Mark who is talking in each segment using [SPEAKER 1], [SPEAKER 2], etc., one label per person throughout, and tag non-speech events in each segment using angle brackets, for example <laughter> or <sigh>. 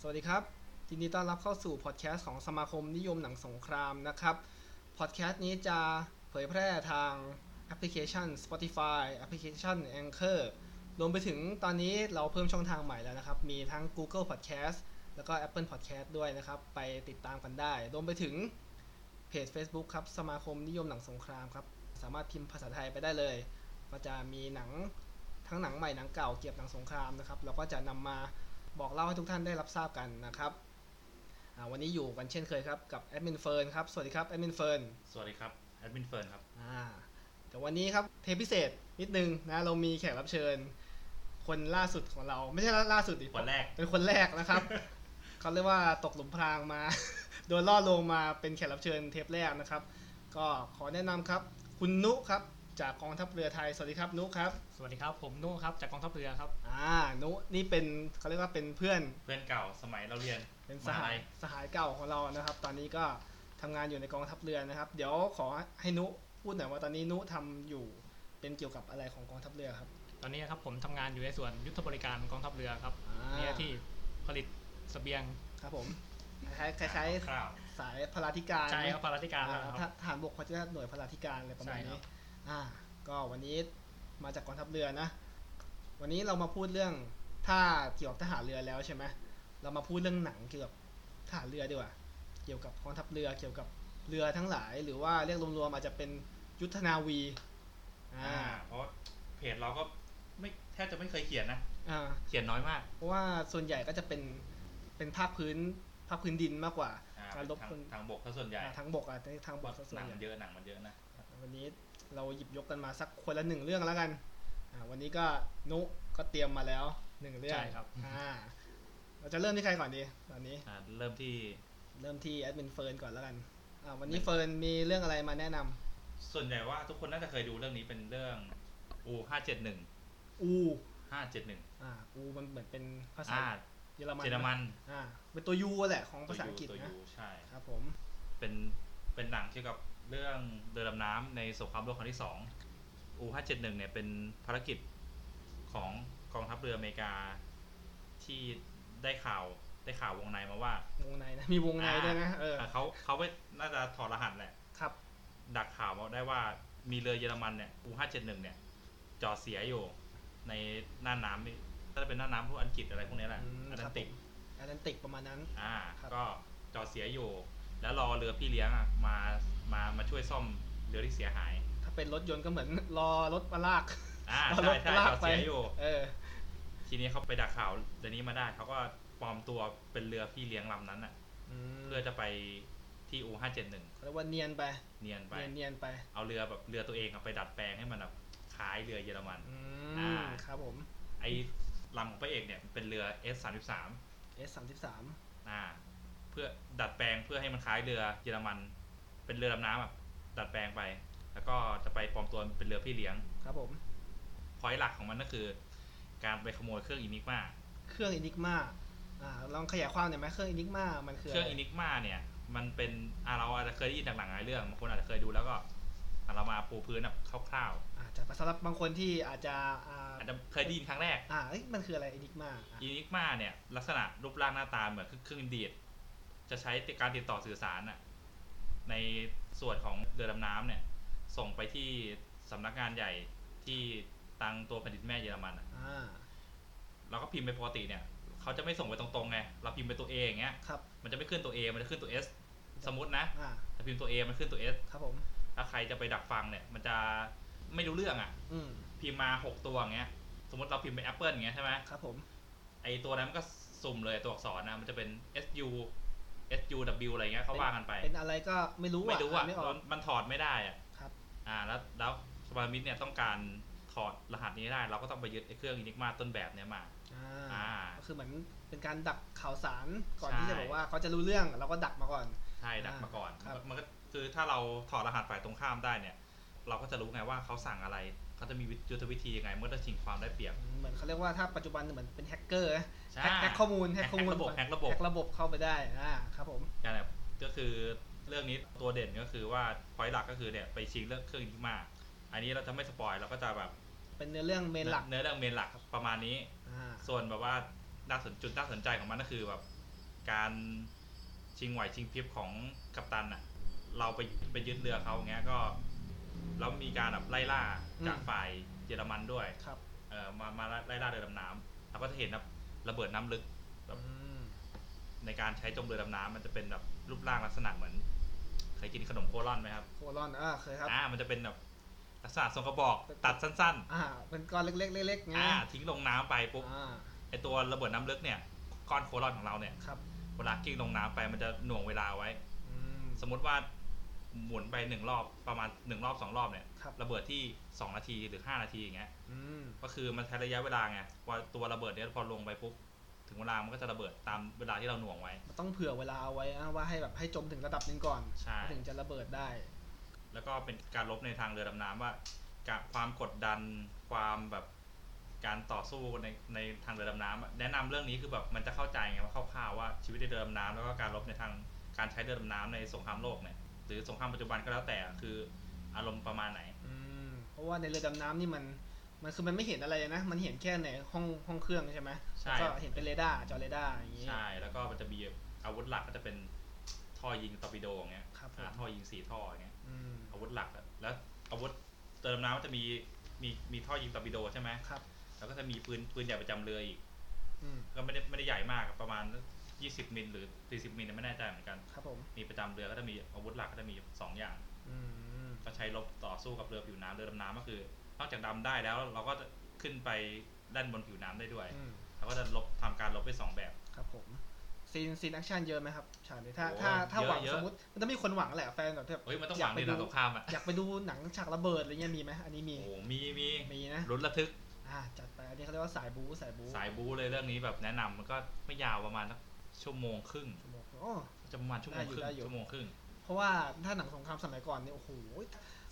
[SPEAKER 1] สวัสดีครับ ยินดีต้อนรับเข้าสู่พอดแคสต์ของสมาคมนิยมหนังสงครามนะครับ พอดแคสต์นี้จะเผยแพร่ทางแอปพลิเคชัน Spotify แอปพลิเคชัน Anchor รวมไปถึงตอนนี้เราเพิ่มช่องทางใหม่แล้วนะครับ มีทั้ง Google Podcast แล้วก็ Apple Podcast ด้วยนะครับ ไปติดตามกันได้ รวมไปถึงเพจ Facebook ครับ สมาคมนิยมหนังสงครามครับ สามารถพิมพ์ภาษาไทยไปได้เลย ก็จะมีหนังทั้งหนังใหม่หนังเก่าเกี่ยวกับหนังสงครามนะครับเราก็จะนำมาบอกเล่าให้ทุกท่านได้รับทราบกันนะครับอ่าวันนี้อยู่กันเช่นเคยครับกับแอดมินเฟิร์นครับ สวัสดีครับแอดมินเฟิร์น
[SPEAKER 2] สวัสดีครับ แอดมินเฟิร์นครับ
[SPEAKER 1] อ่าแต่วันนี้ครับเทปพิเศษนิดนึงนะเรามีแขกรับเชิญ คนล่าสุดของเรา ไม่ใช่ล่าสุดดิ
[SPEAKER 2] คนแรก
[SPEAKER 1] เป็นคนแรกนะครับ เขาเรียกว่าตกหลุมพรางมา <laughs> โดนล่อลวงมาเป็นแขกรับเชิญเทปแรกนะครับ ก็ขอแนะนำครับ คุณนุครับจากกองทัพเรือไทย สวัสดีครับนุครับ
[SPEAKER 3] สวัสดีครับ ผมนุ่งครับ จากกองทัพเรือครับ
[SPEAKER 1] อ่านุนี่เป็นเขาเรียกว่าเป็นเพื่อน
[SPEAKER 2] เพื่อนเก่าสมัยเราเรียน
[SPEAKER 1] เป็น
[SPEAKER 2] ม
[SPEAKER 1] ส
[SPEAKER 2] หา
[SPEAKER 1] หา
[SPEAKER 2] ลั
[SPEAKER 1] ย
[SPEAKER 2] ย
[SPEAKER 1] สหายเก่าของเรานะครับ ตอนนี้ก็ทำงานอยู่ในกองทัพเรือนะครับ เดี๋ยวขอให้นุพูดหน่อยว่าตอนนี้นุทำอยู่เป็นเกี่ยวกับอะไรของกองทัพเรือครับ
[SPEAKER 3] ตอนนี้นะครับผมทำงานอยู่ในส่วนยุทธบริการกองทัพเรือครับ
[SPEAKER 1] อ่า
[SPEAKER 3] มีหน้าที่ผลิตเสบียง
[SPEAKER 1] ครับผมคล้ายๆคล้าย
[SPEAKER 2] คร่าว
[SPEAKER 1] ๆสายพลาธิการ
[SPEAKER 3] ใช่ครับภารธิการ
[SPEAKER 1] อ่า
[SPEAKER 3] นะ
[SPEAKER 1] ท
[SPEAKER 3] ครับ
[SPEAKER 1] หารบกเขาจะหน่วยพลาธิการอะไรประมาณ
[SPEAKER 3] ใช่ครั
[SPEAKER 1] นี้
[SPEAKER 3] บ
[SPEAKER 1] อ่า ก็วันนี้มาจากกองทัพเรือนะ วันนี้เรามาพูดเรื่องถ้าเกี่ยวกับทหารเรือแล้วใช่ไหมเรามาพูดเรื่องหนังเกี่ยวกับทหารเรือดีกว่า เกี่ยวกับกองทัพเรือเกี่ยวกับเรือทั้งหลาย หรือว่าเรียกรวมๆอาจจะเป็นยุทธนาวี อ่า
[SPEAKER 2] อ่า เพราะเพจเราก็ไม่แทบจะไม่เคยเขียนนะ
[SPEAKER 1] อ่า
[SPEAKER 2] เขียนน้อยมาก
[SPEAKER 1] เพราะว่าส่วนใหญ่ก็จะเป็นเป็นภาคพื้นภาคพื้นดินมากกว่า
[SPEAKER 2] อ่า
[SPEAKER 1] การลบ
[SPEAKER 2] ทาง
[SPEAKER 1] คน
[SPEAKER 2] ทางบกซะส่วนใหญ่
[SPEAKER 1] อ่าทางบกอ่ะแต่ทางบกซะส่วน
[SPEAKER 2] หนัง
[SPEAKER 1] ใหญ่
[SPEAKER 2] มันเยอะหนังมันเยอะนะ
[SPEAKER 1] วันนี้เราหยิบยกกันมาสักคนละหนึ่งเรื่องแล้วกันอ่าวันนี้ก็นุก็เตรียมมาแล้วหนึ่งเรื่อง
[SPEAKER 3] ใช่ครับ
[SPEAKER 1] อ่าเราจะเริ่มที่ใครก่อนดีตอนนี้
[SPEAKER 2] อ่าเริ่มที่
[SPEAKER 1] เริ่มที่แอดมินเฟิร์นก่อนแล้วกันอ่าวันนี้เฟิร์นมีเรื่องอะไรมาแนะนำ
[SPEAKER 2] ส่วนใหญ่ว่าทุกคนน่าจะเคยดูเรื่องนี้เป็นเรื่องอูห้าเจ็ดหนึ่ง
[SPEAKER 1] อู
[SPEAKER 2] ห้าเจ็ดหนึ่ง
[SPEAKER 1] อ่าอูมันเหมือนเป็นภาษา
[SPEAKER 2] อ่า
[SPEAKER 1] เยอรมัน
[SPEAKER 2] เยอรมัน
[SPEAKER 1] อ่าเป็นตัวยูแหละของภาษาอังกฤษ
[SPEAKER 2] ตัว
[SPEAKER 1] นะ
[SPEAKER 2] ยูใช่
[SPEAKER 1] ครับผม
[SPEAKER 2] เป็นเป็นหนังเกี่ยวกับเรื่องเรือดำน้ำในสงครามโลกครั้งที่สองอู571เนี่ยเป็นภารกิจของกองทัพเรืออเมริกา ที่ได้ข่าวได้ข่าววงในมาว่าว
[SPEAKER 1] งในนะมีวงในด้วยนะเออ
[SPEAKER 2] อ่าเขาเขาไปน่าจะถอดรหัสแหละ
[SPEAKER 1] ครับ
[SPEAKER 2] ดักข่าวมาได้ว่ามีเรือเยอรมันเนี่ยอู571เนี่ยจอดเสียอยู่ในน่านน้ำนี่น่าจะเป็นน่านน้ำพวกอังกฤษอะไรพวกเนี้ยแหละแอตแลนติก
[SPEAKER 1] แอตแลนติกประมาณนั้น
[SPEAKER 2] อ่า
[SPEAKER 1] ครับ
[SPEAKER 2] ก็จอดเสียอยู่ แล้วรอเรือพี่เลี้ยงอะมามามาช่วยซ่อมเรือที่เสียหาย
[SPEAKER 1] ถ้าเป็นรถยนต์ก็เหมือนรอรถมาลาก
[SPEAKER 2] อ่าร
[SPEAKER 1] อ <laughs> รถ
[SPEAKER 2] ใช่ใช่
[SPEAKER 1] มาลาก
[SPEAKER 2] จอด
[SPEAKER 1] ไป
[SPEAKER 2] เสียอยู่
[SPEAKER 1] เออ
[SPEAKER 2] ทีนี้เขาไปดักข่าวเรือนี้มาได้เขาก็ปลอมตัวเป็นเรือพี่เลี้ยงลำนั้นอ่ะ
[SPEAKER 1] ม
[SPEAKER 2] เพื่อจะไปที่อูห้าเจ็ดหนึ่ง
[SPEAKER 1] เขาเรียกว่าเนียนไป
[SPEAKER 2] เนียนไป
[SPEAKER 1] เนียนเนียนไป
[SPEAKER 2] เอาเรือแบบเรือตัวเองอะไปดัดแปลงให้มันแบบคล้ายเรือเยอรมัน
[SPEAKER 1] อื
[SPEAKER 2] อ่า
[SPEAKER 1] มครับผม
[SPEAKER 2] ไอ้ลำของพระเอกเนี่ยเป็นเรือ S 3 3
[SPEAKER 1] S 3 3
[SPEAKER 2] อ่าเพื่อดัดแปลงเพื่อให้มันคล้ายเรือเยอรมัน เป็นเรือดำน้ำแบบดัดแปลงไป แล้วก็จะไปปลอมตัวเป็นเรือพี่เลี้ยง
[SPEAKER 1] ครับผม
[SPEAKER 2] พอยหลักของมันก็คือ การไปขโมยเครื่องอินิกมา
[SPEAKER 1] เครื่องอินิกมาอ่าลองขยายความหน่อยไหมเครื่องอินิกมามันคืออะ
[SPEAKER 2] เครื่อง
[SPEAKER 1] ไร
[SPEAKER 2] อินิกมาเนี่ยมันเป็นอ่ะเราอาจจะเคยได้ยินจากหนังหลายเรื่องบางคนอาจจะเคยดูแล้วก็อ่ะเรามาปูพื้นแบบคร่าว
[SPEAKER 1] อาจจะสำหรับบางคนที่อาจจะอ่า
[SPEAKER 2] ๆอาจจะเคยได้ยินครั้งแรก
[SPEAKER 1] อ่าเอ้ยมันคืออะไรอินิกมา
[SPEAKER 2] อินิกมาเนี่ยลักษณะรูปร่างหน้าตาเหมือนเครื่องดีดจะใช้การติดต่อสื่อสารน่ะในส่วนของเรือดำน้ำเนี่ยส่งไปที่สำนักงานใหญ่ที่ตังตัวแผ่นดินแม่เยอรมันอ่ะ
[SPEAKER 1] อ่า
[SPEAKER 2] เราก็พิมพ์ไปปกติเนี่ยเขาจะไม่ส่งไปตรงๆไงเราพิมพ์ไปตัวเองอย่างเงี้ย
[SPEAKER 1] ครับ
[SPEAKER 2] มันจะไม่ขึ้นตัว A มันจะขึ้นตัว S สมมตินะ
[SPEAKER 1] อ่า
[SPEAKER 2] ถ้าพิมพ์ตัว A มันขึ้นตัว S
[SPEAKER 1] ครับผม
[SPEAKER 2] ถ้าใครจะไปดักฟังเนี่ย มันจะไม่รู้เรื่องอะ่ะ
[SPEAKER 1] อืม
[SPEAKER 2] พิมพ์มาหกตัวอย่างเงี้ย สมมติเราพิมพ์เป็นแอปเปิลอย่างเงี้ยใช่ไหม
[SPEAKER 1] ครับผม
[SPEAKER 2] ไอตัวนั้นมันก็สุ่มเลยตัวอักษรนะมันจะเป็น S U S U W อะไรเงี้ยเขาว่ากันไป
[SPEAKER 1] เป็นอะไรก็ไม่รู้อ่ะ
[SPEAKER 2] ไม่รู้อ่ะ
[SPEAKER 1] นไม่ออก
[SPEAKER 2] มันมันถอดไม่ได้อ่ะ
[SPEAKER 1] ครับ
[SPEAKER 2] อ่าแล้วแล้วสปาร์มิดเนี่ยต้องการถอดรหัสนี้ให้ได้ เราก็ต้องไปยึดไอเครื่องอินิกมาต้นแบบเนี่ยมา
[SPEAKER 1] อ่า
[SPEAKER 2] อ่า
[SPEAKER 1] ก็คือเหมือนเป็นการดักข่าวสารก่อน
[SPEAKER 2] ใช่
[SPEAKER 1] ที่จะบอกว่าเขาจะรู้เรื่องเราก็ดักมาก่อน
[SPEAKER 2] ใช่ดักมาก่อน
[SPEAKER 1] ครับ
[SPEAKER 2] มันก็คือถ้าเราถอดรหัสฝ่ายตรงข้ามได้เนี่ย เราก็จะรู้ไงว่าเขาสั่งอะไรเขาจะมียุทธวิธียังไงเมื่อจะชิงความได้เปรียบ
[SPEAKER 1] เหมือนเขาเรียกว่าถ้าปัจจุบันเหมือนเป็นแฮกเกอร์นะ
[SPEAKER 2] ใช่
[SPEAKER 1] แฮกแฮ็กข้อมูลแฮก
[SPEAKER 2] แฮ็ก
[SPEAKER 1] ข้อมูล
[SPEAKER 2] ระบบ
[SPEAKER 1] แฮ
[SPEAKER 2] แฮ็
[SPEAKER 1] ก
[SPEAKER 2] ก
[SPEAKER 1] ระ
[SPEAKER 2] ระ
[SPEAKER 1] บบ บบ เข้าไปได้อ่าครับผม
[SPEAKER 2] นั่นแหละก็คือเรื่องนี้ตัวเด่นก็คือว่าพอยหลักก็คือเนี่ยไปชิงเรื่องเครื่องอินทิมา อันนี้เราจะไม่สปอยเราก็จะแบบ
[SPEAKER 1] เป็นเนื้อเรื่องเมนหลัก
[SPEAKER 2] เนื้อเรื่องเมนหลักประมาณนี้
[SPEAKER 1] อ่า
[SPEAKER 2] ส่วนแบบว่าน่าสนจุดน่าสนใจของมันก็คือแบบ การชิงไหวชิงพริบของกัปตันอ่ะ เราไปไปยึดเรือเขาอย่างเงี้ยก็แล้วมีการแบบไล่ล่าจาก
[SPEAKER 1] อืม
[SPEAKER 2] ฝ่ายเยอรมันด้วย
[SPEAKER 1] ครับ
[SPEAKER 2] เออมามาไล่ล่าเรือดำน้ำเราก็จะเห็นแบบระเบิดน้ำลึก
[SPEAKER 1] อืม
[SPEAKER 2] ในการใช้จมเรือดำน้ำมันจะเป็นแบบรูปร่างลักษณะเหมือนเคยกินขนมโคลอนไหมครับ
[SPEAKER 1] โคลอนอ่าเคยครับ
[SPEAKER 2] อ่ามันจะเป็นแบบลักษณะทรงกระบอกตัดสั้น
[SPEAKER 1] อ่า เป็นก้อนเล็กๆเล็กๆ
[SPEAKER 2] ๆ
[SPEAKER 1] ไง
[SPEAKER 2] อ่าทิ้งลงน้ำไปปุ๊บ
[SPEAKER 1] อ่า
[SPEAKER 2] ไอตัวระเบิดน้ำลึกเนี่ยก้อนโคลอนของเราเนี่ย
[SPEAKER 1] ครับ
[SPEAKER 2] เวลากิ้งลงน้ำไปมันจะหน่วงเวลาไว้
[SPEAKER 1] อืม
[SPEAKER 2] สมมติว่าหมุนไปหนึ่งรอบประมาณหนึ่งรอบสองรอบเนี่ย
[SPEAKER 1] ครับ
[SPEAKER 2] ระเบิดที่สองนาทีหรือห้านาทีอย่างเงี้ย
[SPEAKER 1] อืม
[SPEAKER 2] ก็คือมันใช้ระยะเวลาไงว่าตัวระเบิดเนี่ยพอลงไปปุ๊บถึงเวลามันก็จะระเบิดตามเวลาที่เราหน่วงไว้
[SPEAKER 1] มันต้องเผื่อเวลาเอาไว้นะว่าให้แบบให้จมถึงระดับหนึ่งก่อน
[SPEAKER 2] ใช่
[SPEAKER 1] ถึงจะระเบิดได้
[SPEAKER 2] แล้วก็เป็นการลบในทางเรือดำน้ำว่าการความกดดันความแบบการต่อสู้ในในทางเรือดำน้ำอะแนะนำเรื่องนี้คือแบบมันจะเข้าใจไงว่าคร่าวๆว่าชีวิตในเรือดำน้ำแล้วก็การลบในทางการใช้เรือดำน้ำในสงครามโลกเนี่ยหรือสงครามปัจจุบันก็แล้วแต่คืออารมณ์ประมาณไหน
[SPEAKER 1] อืมเพราะว่าในเรือดำน้ำนี่มันมันคือมันไม่เห็นอะไรนะ มันเห็นแค่ในห้องห้องเครื่องใช่ไหม
[SPEAKER 2] ใช่
[SPEAKER 1] แล้วก็เห็นเป็นเรดาร์จอเรดาร์อย่างงี้
[SPEAKER 2] ใช่ แล้วก็มันจะมีอาวุธหลักก็จะเป็นท่อยิงตอร์ปิโดอย่างเงี้ย
[SPEAKER 1] ครับผม
[SPEAKER 2] อ่าท่อยิงสี่ท่ออย่างเงี้ย
[SPEAKER 1] อืม
[SPEAKER 2] อาวุธหลักอะแล้วอาวุธเติมน้ำมันจะมีมีมีท่อยิงตอร์ปิโดใช่ไหม
[SPEAKER 1] ครับ
[SPEAKER 2] แล้วก็จะมีปืนปืนใหญ่ประจำเรืออีก
[SPEAKER 1] อืม
[SPEAKER 2] ก็ไม่ได้ไม่ได้ใหญ่มากอะประมาณ 20 มิลหรือ 40 มิลไม่แน่ใจเหมือนกัน
[SPEAKER 1] ครับผม
[SPEAKER 2] มีประจำเรือก็จะมีอาวุธหลักก็จะมี 2 อย่าง
[SPEAKER 1] อืม
[SPEAKER 2] ก็ใช้รบต่อสู้กับเรือผิวน้ำเรือดำน้ำก็คือนอกจากดำได้แล้วเราก็จะขึ้นไปด้านบนผิวน้ำได้ด้วย
[SPEAKER 1] อืม
[SPEAKER 2] เราก็จะลบทำการลบไปสองแบบ
[SPEAKER 1] ครับผมซีนซีนแอคชั่นเยอะไหมครับฉากนี้ถ้า
[SPEAKER 2] โอ้
[SPEAKER 1] ถ้าถ้าหวัง
[SPEAKER 2] เยอะ
[SPEAKER 1] สมมติมันต้องมีคนหวังแหละแฟนแบบที่แบบ
[SPEAKER 2] เฮ้ยมันต้องห
[SPEAKER 1] ยา
[SPEAKER 2] วั
[SPEAKER 1] ก
[SPEAKER 2] ง
[SPEAKER 1] ไป
[SPEAKER 2] ใน
[SPEAKER 1] ดู
[SPEAKER 2] ทางสงครามอ่ะ
[SPEAKER 1] อยากไปดูหนังฉากระเบิดอะไรเงี้ยมีไหมอันนี้มี
[SPEAKER 2] โอ้โหมีมี
[SPEAKER 1] มีนะ
[SPEAKER 2] ลุ้นระทึก
[SPEAKER 1] อ่าจัดไปอันนี้เขาเรียกว่าสายบู๊สายบู๊
[SPEAKER 2] สายบู๊เลยเรื่องนี้แบบแนะนำมันก็ไม่ยาวประมาณสักชั่วโมงครึ่ง
[SPEAKER 1] ชั่วโมงโอ้
[SPEAKER 2] จะประมาณชั่วโมงครึ่ง
[SPEAKER 1] ได้อยู่ได้อยู่
[SPEAKER 2] ชั่วโมงครึ่ง
[SPEAKER 1] เพราะว่าถ้าหนังสงครามสมัยก่อนเนี่ยโอ้โห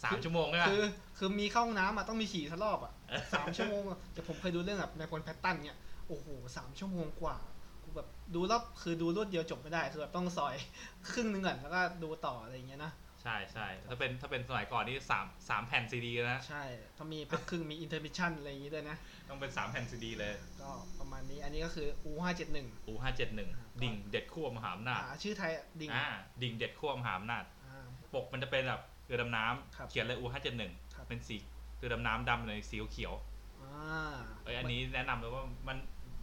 [SPEAKER 2] สามชั่วโมงใช่ไหม
[SPEAKER 1] คือคือมีเข้าห้องน้ำอ่ะต้องมีฉี่สักรอบอ่ะสามชั่วโมงอะแต่ผมเคยดูเรื่องแบบนายพลแพตตันเนี่ยโอ้โหสามชั่วโมงกว่ากูแบบดูรอบคือดูรวดเดียวจบไม่ได้คือแบบต้องซอย <laughs> ครึ่งหนึงก่อนแล้วก็ดูต่ออะไรอย่างเงี้ยนะ
[SPEAKER 2] ใช่ใช่ถ้าเป็นถ้าเป็นสมัยก่อนนี่สามสามแผ่นซีดีนะ
[SPEAKER 1] ใช่ต้องมีพักครึ่งมีอินเทอร์มิชชั่นอะไรอย่างงี้ด้วยนะ
[SPEAKER 2] ต้องเป็นสามแผ่นซีดีเลย
[SPEAKER 1] ก็ประมาณนี้อันนี้ก็คือ U ห้าเจ็ดหนึ่ง
[SPEAKER 2] อูห้าเจ็ดหนึ่ง
[SPEAKER 1] ครับ
[SPEAKER 2] ดิ่งเด็ดขั้วมหาอำนาจ
[SPEAKER 1] ชื่อไทยดิง
[SPEAKER 2] อ่าดิ่งเด็ดขั้วมหาอำนาจ
[SPEAKER 1] อ่า
[SPEAKER 2] ปกมันจะเป็นแบบเรือดำน้
[SPEAKER 1] ครั
[SPEAKER 2] ำ
[SPEAKER 1] บ
[SPEAKER 2] เขียนเลยอูห้าเจ็ดหนึ่ง
[SPEAKER 1] ครับ
[SPEAKER 2] เป็นสีเรือดำน้ำดำเลยสีเขียว
[SPEAKER 1] อ่า
[SPEAKER 2] ๆเอ้ยอันนี้แนะนำเลยว่ามัน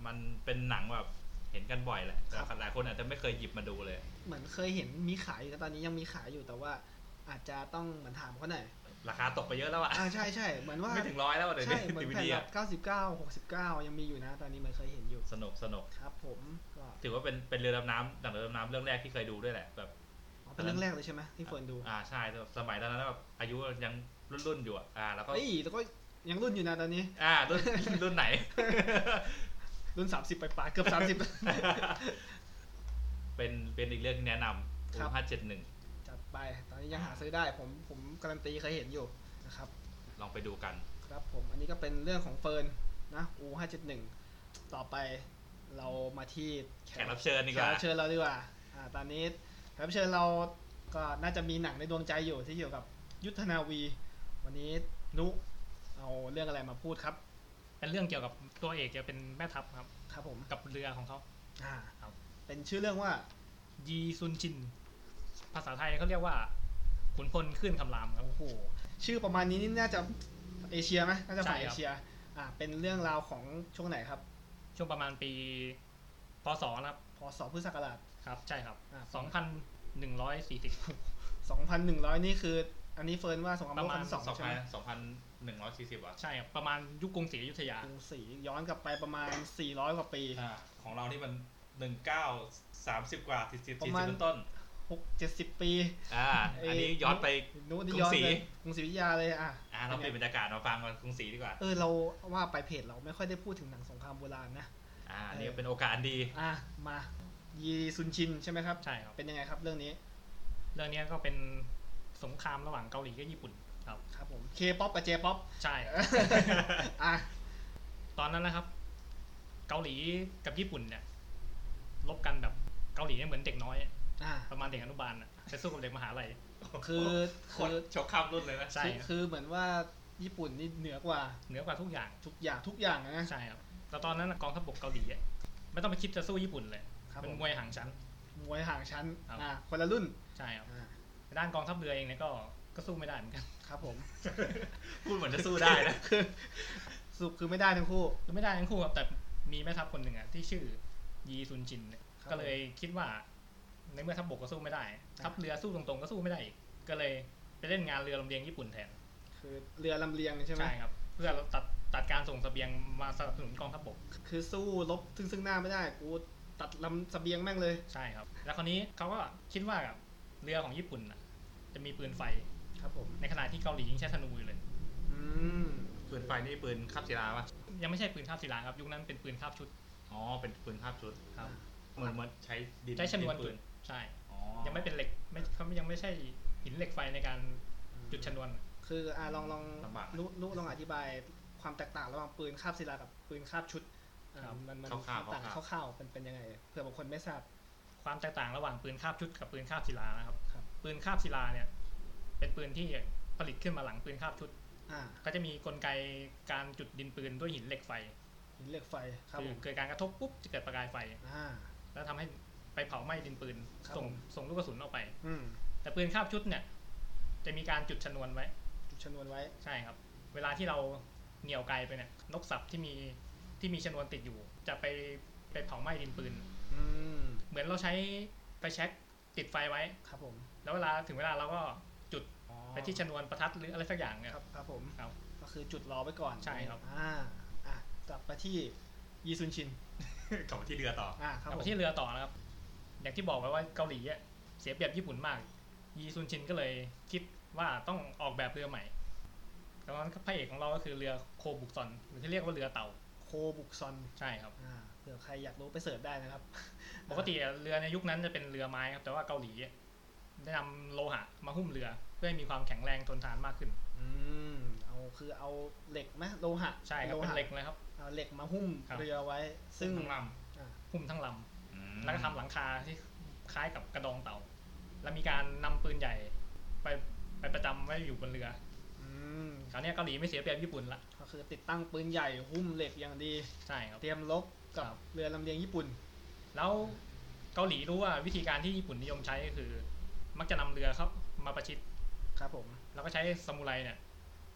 [SPEAKER 2] มันเป็นหนังแบบเห็นกันบ่อยแหละแต่
[SPEAKER 1] ครับ
[SPEAKER 2] หลายคนอาจจะไม่เคยหยิบมาดูเลย
[SPEAKER 1] เหมือนเคยเห็นมีขายอยู่แต่ตอนนี้ยังมีขายอยู่แต่ว่า อาจจะต้องเหมือนถามเขาหน่อย
[SPEAKER 2] ราคาตกไปเยอะแล้วอ่ะ
[SPEAKER 1] อ่าใช่ใช่เหมือนว่า
[SPEAKER 2] ไม่ถึงร้อยแล้วอะเดี๋ยว
[SPEAKER 1] ใช่
[SPEAKER 2] นี้
[SPEAKER 1] เหมือน
[SPEAKER 2] ดีวี
[SPEAKER 1] แผ่น
[SPEAKER 2] ดี
[SPEAKER 1] แบ
[SPEAKER 2] อะ
[SPEAKER 1] บเก้าสิบเก้าหกสิบเก้ายังมีอยู่นะ ตอนนี้เหมันเคยเห็นอยู่
[SPEAKER 2] สนุกสนุก
[SPEAKER 1] ครับผมก็
[SPEAKER 2] ถือว่าเป็นเป็นเรือดำน้ำหนังเรือดำน้ำเรื่องแรกที่เคยดูด้วยแหละแบบ
[SPEAKER 1] อ๋อเป็นเรื่องแรกเลยใช่ไหมที่เฟิร์นดู
[SPEAKER 2] อ่าใช่สมัยตอนนั้นแบบอายุยังรุ่นรุ่นๆอยู่อะอ่าแล้วก็
[SPEAKER 1] เฮ้ยแล้วก็ยังรุ่นอยู่นะตอนนี้
[SPEAKER 2] อ่ารุ่น รุ่นไหน
[SPEAKER 1] รุ่นสามสิบไปปลายๆเกือบสามสิบ <laughs>
[SPEAKER 2] เป็นเป็นอีกเรื่องที่แนะนำ
[SPEAKER 1] ครั
[SPEAKER 2] โอ้
[SPEAKER 1] บ
[SPEAKER 2] ห้าเจ็ดหนึ่ง
[SPEAKER 1] จัดไป ตอนนี้ยังหาซื้อได้ผมผมการันตีเคยเห็นอยู่นะครับ
[SPEAKER 2] ลองไปดูกัน
[SPEAKER 1] ครับผมอันนี้ก็เป็นเรื่องของเฟิร์นนะอูห้าเจ็ดหนึ่งต่อไปเรามาที่
[SPEAKER 2] แขกรับเชิญดีก
[SPEAKER 1] แข
[SPEAKER 2] ว่า
[SPEAKER 1] รับเชิญเราดีกว่าอ่า ตอนนี้แขกรับเชิญเราก็น่าจะมีหนังในดวงใจอยู่ที่เกี่ยวกับยุทธนาวี วันนี้นุเอาเรื่องอะไรมาพูดครับ
[SPEAKER 3] เป็นเรื่องเกี่ยวกับตัวเอกจะเป็นแม่ทัพครับ
[SPEAKER 1] ครับผม
[SPEAKER 3] กับเรือของเขา
[SPEAKER 1] อ่า
[SPEAKER 3] ครับ
[SPEAKER 1] เป็นชื่อเรื่องว่า
[SPEAKER 3] ยีซุนจิน ภาษาไทยเขาเรียกว่าขุนพลขึ้นคำรามครับ
[SPEAKER 1] โอ้โหชื่อประมาณนี้นี่น่าจะเอเชียไหมน่าจะฝั่ง
[SPEAKER 3] ใช่
[SPEAKER 1] เอ
[SPEAKER 3] ครับ
[SPEAKER 1] เชียอ่าเป็นเรื่องราวของช่วงไหนครับ
[SPEAKER 3] ช่วงประมาณปีพศนะครับ
[SPEAKER 1] พศพุทธศักราช
[SPEAKER 3] ครับ ใช่ครับ
[SPEAKER 1] อ่า
[SPEAKER 3] 2140
[SPEAKER 1] 2,100 นี่คือ อันนี้เฟิร์นว่าสงครามโลก
[SPEAKER 3] ประ
[SPEAKER 1] ค
[SPEAKER 3] มา
[SPEAKER 1] รั้ง
[SPEAKER 3] ณ
[SPEAKER 1] ที่สอง
[SPEAKER 2] สอง
[SPEAKER 1] ใช่
[SPEAKER 2] พั
[SPEAKER 1] ไห
[SPEAKER 2] น
[SPEAKER 1] ม
[SPEAKER 2] สองพันหนึ่งร้อยสี่สิบอ่ะ
[SPEAKER 3] ใช่ครับ ประมาณยุคกรุงศรีอยุธยาก
[SPEAKER 1] รุงศรีย้อนกลับไปประมาณ 400 กว่าปี
[SPEAKER 2] อ่าของเรานี่มันหนึ่งเก้าสามสิบกว่าสี่สิบ
[SPEAKER 1] ป
[SPEAKER 2] สี่
[SPEAKER 1] ระมา
[SPEAKER 2] สิ
[SPEAKER 1] ณ
[SPEAKER 2] บต้น
[SPEAKER 1] 6 70 ปี
[SPEAKER 2] ๆอ่า
[SPEAKER 1] เอ่ออั
[SPEAKER 2] อันนี้ย้อนไป
[SPEAKER 1] นู้นนี่
[SPEAKER 2] กรุง
[SPEAKER 1] ย้อน
[SPEAKER 2] ศรี
[SPEAKER 1] เลยกรุงศรีอยุธยาเลยอ่ะ
[SPEAKER 2] อ่าเราเปลี่ยนบรรยากาศมาฟังกันกรุงศรีดีกว่า
[SPEAKER 1] เออเราว่าไปเพจเราไม่ค่อยได้พูดถึงหนังสงครามโบราณนะ
[SPEAKER 2] อ่า
[SPEAKER 1] เอออั
[SPEAKER 2] นี่เป็นโอกาสอันดี
[SPEAKER 1] อ่ะมายีซุนชินใช่ไหมครับ
[SPEAKER 3] ใช่ครับ
[SPEAKER 1] เป็นยังไงครับเรื่องนี้
[SPEAKER 3] เรื่องเนี้ยก็เป็นสงครามระหว่างเกาหลีกับญี่ปุ่นครับ
[SPEAKER 1] ครับผมเคป๊อปกับเจป๊อป
[SPEAKER 3] ใช่
[SPEAKER 1] อ่ะ
[SPEAKER 3] ตอนนั้นนะครับ เกาหลีกับญี่ปุ่นเนี่ยลบกันแบบเกาหลีเนี่ยเหมือนเด็กน้อย
[SPEAKER 1] อ่า
[SPEAKER 3] ประมาณเด็กอนุบาลน่ะไปสู้กับเด็กมหาลัย
[SPEAKER 1] คือ
[SPEAKER 2] โค
[SPEAKER 1] คื
[SPEAKER 2] ต
[SPEAKER 1] อ
[SPEAKER 2] รชกข้ามรุ่นเลยนะ
[SPEAKER 3] ใช่
[SPEAKER 1] คือคือเหมือนว่าญี่ปุ่นนี่เหนือกว่า
[SPEAKER 3] เหนือกว่าทุกอย่าง
[SPEAKER 1] ทุกอย่างทุกอย่างนะ
[SPEAKER 3] ใช่ครับแต่ตอนนั้นน่ะกองทัพบกเกาหลีอะไม่ต้องไปคิดจะสู้ญี่ปุ่นเลย
[SPEAKER 1] ครับ
[SPEAKER 3] เป็
[SPEAKER 1] ผ
[SPEAKER 3] น
[SPEAKER 1] ม
[SPEAKER 3] มวยห่างชั้น
[SPEAKER 1] มวยห่างชั้น
[SPEAKER 3] ครับ
[SPEAKER 1] อ่าคนละรุ่น
[SPEAKER 3] ใช่ครับ
[SPEAKER 1] อ่า
[SPEAKER 3] ด้านกองทัพเรือเองเนี่ยก็ก็สู้ไม่ได้เหมือนกัน
[SPEAKER 1] ครับผม
[SPEAKER 2] พูดเหมือนจะสู้ได้นะ
[SPEAKER 1] คือสรุปคือไม่ได้ทั้งคู่
[SPEAKER 3] คือไม่ได้ทั้งคู่ครับแต่มีแม่ทัพคนหนึ่งอ่ะที่ชื่อยีซุนจินเนี่ย
[SPEAKER 1] ครับ
[SPEAKER 3] ก็เลยคิดว่า ในเมื่อทัพบกก็สู้ไม่ได้ทัพ
[SPEAKER 1] อ่า
[SPEAKER 3] เรือสู้ตรงๆก็สู้ไม่ได้อีกก็เลยไปเล่นงานเรือลำเลียงญี่ปุ่นแทน
[SPEAKER 1] คือเรือลำเลียงใช่ไหม
[SPEAKER 3] ใช่ครับ เพื่อตัดตัดการส่งเสบียงมาสนับสนุนกองทัพบก
[SPEAKER 1] คือสู้รบซึ่งซึ่งหน้าไม่ได้กูตัดลำเสบียงแม่งเลย
[SPEAKER 3] ใช่ครับ แล้วคราวนี้เขาก็คิดว่าเรือของญี่ปุ่นน่ะ จะมีปืนไฟ
[SPEAKER 1] ครับผม
[SPEAKER 3] ในขณะที่เกาหลียังใช้ธนูอยู่เลย
[SPEAKER 1] อืม
[SPEAKER 2] ปืนไฟนี่ปืนคาบศิลาป่ะ
[SPEAKER 3] ยังไม่ใช่ปืนคาบศิลาครับ ยุคนั้นเป็นปืนคาบชุด
[SPEAKER 2] อ๋อ เป็นปืนคาบชุด
[SPEAKER 3] ครับ
[SPEAKER 2] เหมือนเหมือนใช้ดิน
[SPEAKER 3] ใช้ชนวน
[SPEAKER 2] ดิ
[SPEAKER 3] จุ
[SPEAKER 2] ปื
[SPEAKER 3] ด
[SPEAKER 2] น
[SPEAKER 3] ใช่
[SPEAKER 2] อ๋อ
[SPEAKER 3] ยังไม่เป็นเหล็กไม่เขายังไม่ใช่หินเหล็กไฟในการจุดชนวน
[SPEAKER 1] คืออ่าลองลอง
[SPEAKER 2] ลำบาก
[SPEAKER 1] รู้รู้ลองอธิบายความแตกต่างระหว่างปืนคาบศิลากับปืนคาบชุดอ่า
[SPEAKER 3] ครับ
[SPEAKER 1] มันมัน
[SPEAKER 2] คร่าวๆ
[SPEAKER 1] ต่าง
[SPEAKER 2] คร่าว
[SPEAKER 1] ข้าวๆเป็นเป็นยังไงเผื่อบางคนไม่ทราบ
[SPEAKER 3] ความแตกต่างระหว่างปืนคาบชุดกับปืนคาบศิลานะครับ
[SPEAKER 1] ครับ
[SPEAKER 3] ปืนคาบศิลาเนี่ย เป็นปืนที่ผลิตขึ้นมาหลังปืนคาบชุด
[SPEAKER 1] อ่า
[SPEAKER 3] ก็จะมีกลไกการจุดดินปืนด้วยหินเหล็กไฟ
[SPEAKER 1] หินเหล็กไฟครับ
[SPEAKER 3] คื
[SPEAKER 1] ผ
[SPEAKER 3] อ
[SPEAKER 1] ม
[SPEAKER 3] เกิดการกระทบปุ๊บจะเกิดประกายไฟ
[SPEAKER 1] อ่า
[SPEAKER 3] แล้วทำให้ไปเผาไหม้ดินปืน
[SPEAKER 1] ครับ
[SPEAKER 3] ส่ง
[SPEAKER 1] ผม
[SPEAKER 3] ส่งลูกกระสุนออกไป
[SPEAKER 1] อืม
[SPEAKER 3] แต่ปืนคาบชุดเนี่ยจะมีการจุดชนวนไว้
[SPEAKER 1] จุดชนวนไว้
[SPEAKER 3] ใช่ครับ เวลาที่เราเหนี่ยวไกลไปเนี่ยนกสับที่มีที่มีชนวนติดอยู่ จะไปไปเผาไหม้ดินปืน
[SPEAKER 1] อืม
[SPEAKER 3] เหมือนเราใช้ไฟแช็กติดไฟไว้
[SPEAKER 1] ครับผม
[SPEAKER 3] แล้วเวลาถึงเวลาเราก็จุด
[SPEAKER 1] อ๋อ
[SPEAKER 3] ไปที่ชนวนประทัดหรืออะไรสักอย่างเนี่ย
[SPEAKER 1] ครับครับผม
[SPEAKER 3] ครับ
[SPEAKER 1] ก็คือจุดรอไว้ก่อน
[SPEAKER 3] ใช่ครับ
[SPEAKER 1] อ่าอ่ะกลับมาที่ยีซุนชิน
[SPEAKER 2] <laughs> กลับมาที่เรือต่อ
[SPEAKER 1] อ่าครับ
[SPEAKER 3] เอา
[SPEAKER 1] ผ
[SPEAKER 3] ไป
[SPEAKER 1] ม
[SPEAKER 3] ที่เรือต่อนะครับ อย่างที่บอกไว้ว่าเกาหลีอะเสียเปรียบญี่ปุ่นมาก ยีซุนชินก็เลยคิดว่าต้องออกแบบเรือใหม่ตอนนั้นพระเอกของเราก็คือเรือโคบุกซอนหรือที่เรียกว่าเรือเต่า
[SPEAKER 1] โคบุกซอน
[SPEAKER 3] ใช่ครับ
[SPEAKER 1] อ่าเผื่อใครอยากรู้ไปเสิร์ชได้นะครับ
[SPEAKER 3] ปกติเรือในยุคนั้นจะเป็นเรือไม้ครับ แต่ว่าเกาหลีได้นำโลหะมาหุ้มเรือ เพื่อให้มีความแข็งแรงทนทานมากขึ้น
[SPEAKER 1] อืมเอาคือเอาเหล็กไหมโลหะ
[SPEAKER 3] ใช่ครับ
[SPEAKER 1] โล
[SPEAKER 3] เป็น
[SPEAKER 1] หะ
[SPEAKER 3] เหล็กนะครับ
[SPEAKER 1] เอาเหล็กมาหุ้ม
[SPEAKER 3] ครับ
[SPEAKER 1] เรือไว้ ซึ่ง
[SPEAKER 2] ทั้งล
[SPEAKER 1] อ่า
[SPEAKER 3] หุ้มทั้งลำ
[SPEAKER 2] ำ
[SPEAKER 3] แล้วก็ทำหลังคาที่คล้ายกับกระดองเต่า แล้วมีการนำปืนใหญ่ไปไปประจำไว้อยู่บนเรือ
[SPEAKER 1] อืม
[SPEAKER 3] คราวเนี้ยเกาหลีไม่เสียเปรียบญี่ปุ่นละ
[SPEAKER 1] ก็คือติดตั้งปืนใหญ่หุ้มเหล็กอย่างดี
[SPEAKER 3] ใช่ครับ
[SPEAKER 1] เตรียมลบกับ
[SPEAKER 3] ครับ
[SPEAKER 1] เรือลำเลียงญี่ปุ่น
[SPEAKER 3] แล้วเกาหลีรู้ว่าวิธีการที่ญี่ปุ่นนิยมใช้ก็คือ มักจะนำเรือเข้ามาประชิด
[SPEAKER 1] ครับผม
[SPEAKER 3] แล้วก็ใช้ซามูไรเนี่ย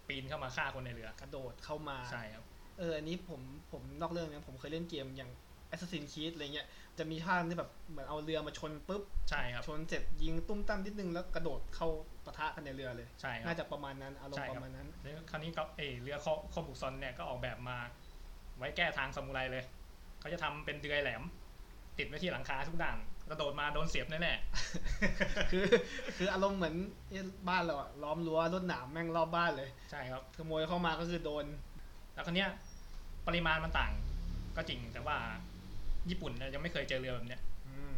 [SPEAKER 3] ปีนเข้ามาฆ่าคนในเรือก
[SPEAKER 1] ระโดดเข้ามา
[SPEAKER 3] ใช่ครับ
[SPEAKER 1] เอออันนี้ผมผมนอกเรื่องนะผมเคยเล่นเกมอย่าง Assassin's Creed อะไรเงี้ยจะมีภาพที่แบบเหมือนเอาเรือมาชนปุ๊บ
[SPEAKER 3] ใช่ครับ
[SPEAKER 1] ชนเสร็จยิงตุ้มตั้มนิดนึงแล้วกระโดดเข้าปะทะกันในเรือเลย
[SPEAKER 3] ใช่ครับ
[SPEAKER 1] น่าจะประมาณนั้นอารม
[SPEAKER 3] ใช่
[SPEAKER 1] ณ์
[SPEAKER 3] ค
[SPEAKER 1] ป
[SPEAKER 3] รับ
[SPEAKER 1] ระมาณนั้น
[SPEAKER 3] แล้วคราวนี้ก็เออเรือโคโคบุกซอนเนี่ยก็ออกแบบมาไว้แก้ทางซามูไรเลย เขาจะทำเป็นเดือยแหลม ติดไว้ที่หลังคาทุกด่านกระโดดมาโดนเสียบแน่
[SPEAKER 1] คือ คืออารมณ์เหมือนบ้านเราอะล้อมรั้วลวดหนามแม่งรอบบ้านเลย
[SPEAKER 3] ๆ ใช่ครับ
[SPEAKER 1] ขโมยเข้ามาก็คือโดน
[SPEAKER 3] แล้วคราวเนี้ยปริมาณมันต่างก็จริงแต่ว่าญี่ปุ่นเนี่ยยังไม่เคยเจอเรือแบบเนี้ย
[SPEAKER 1] อืม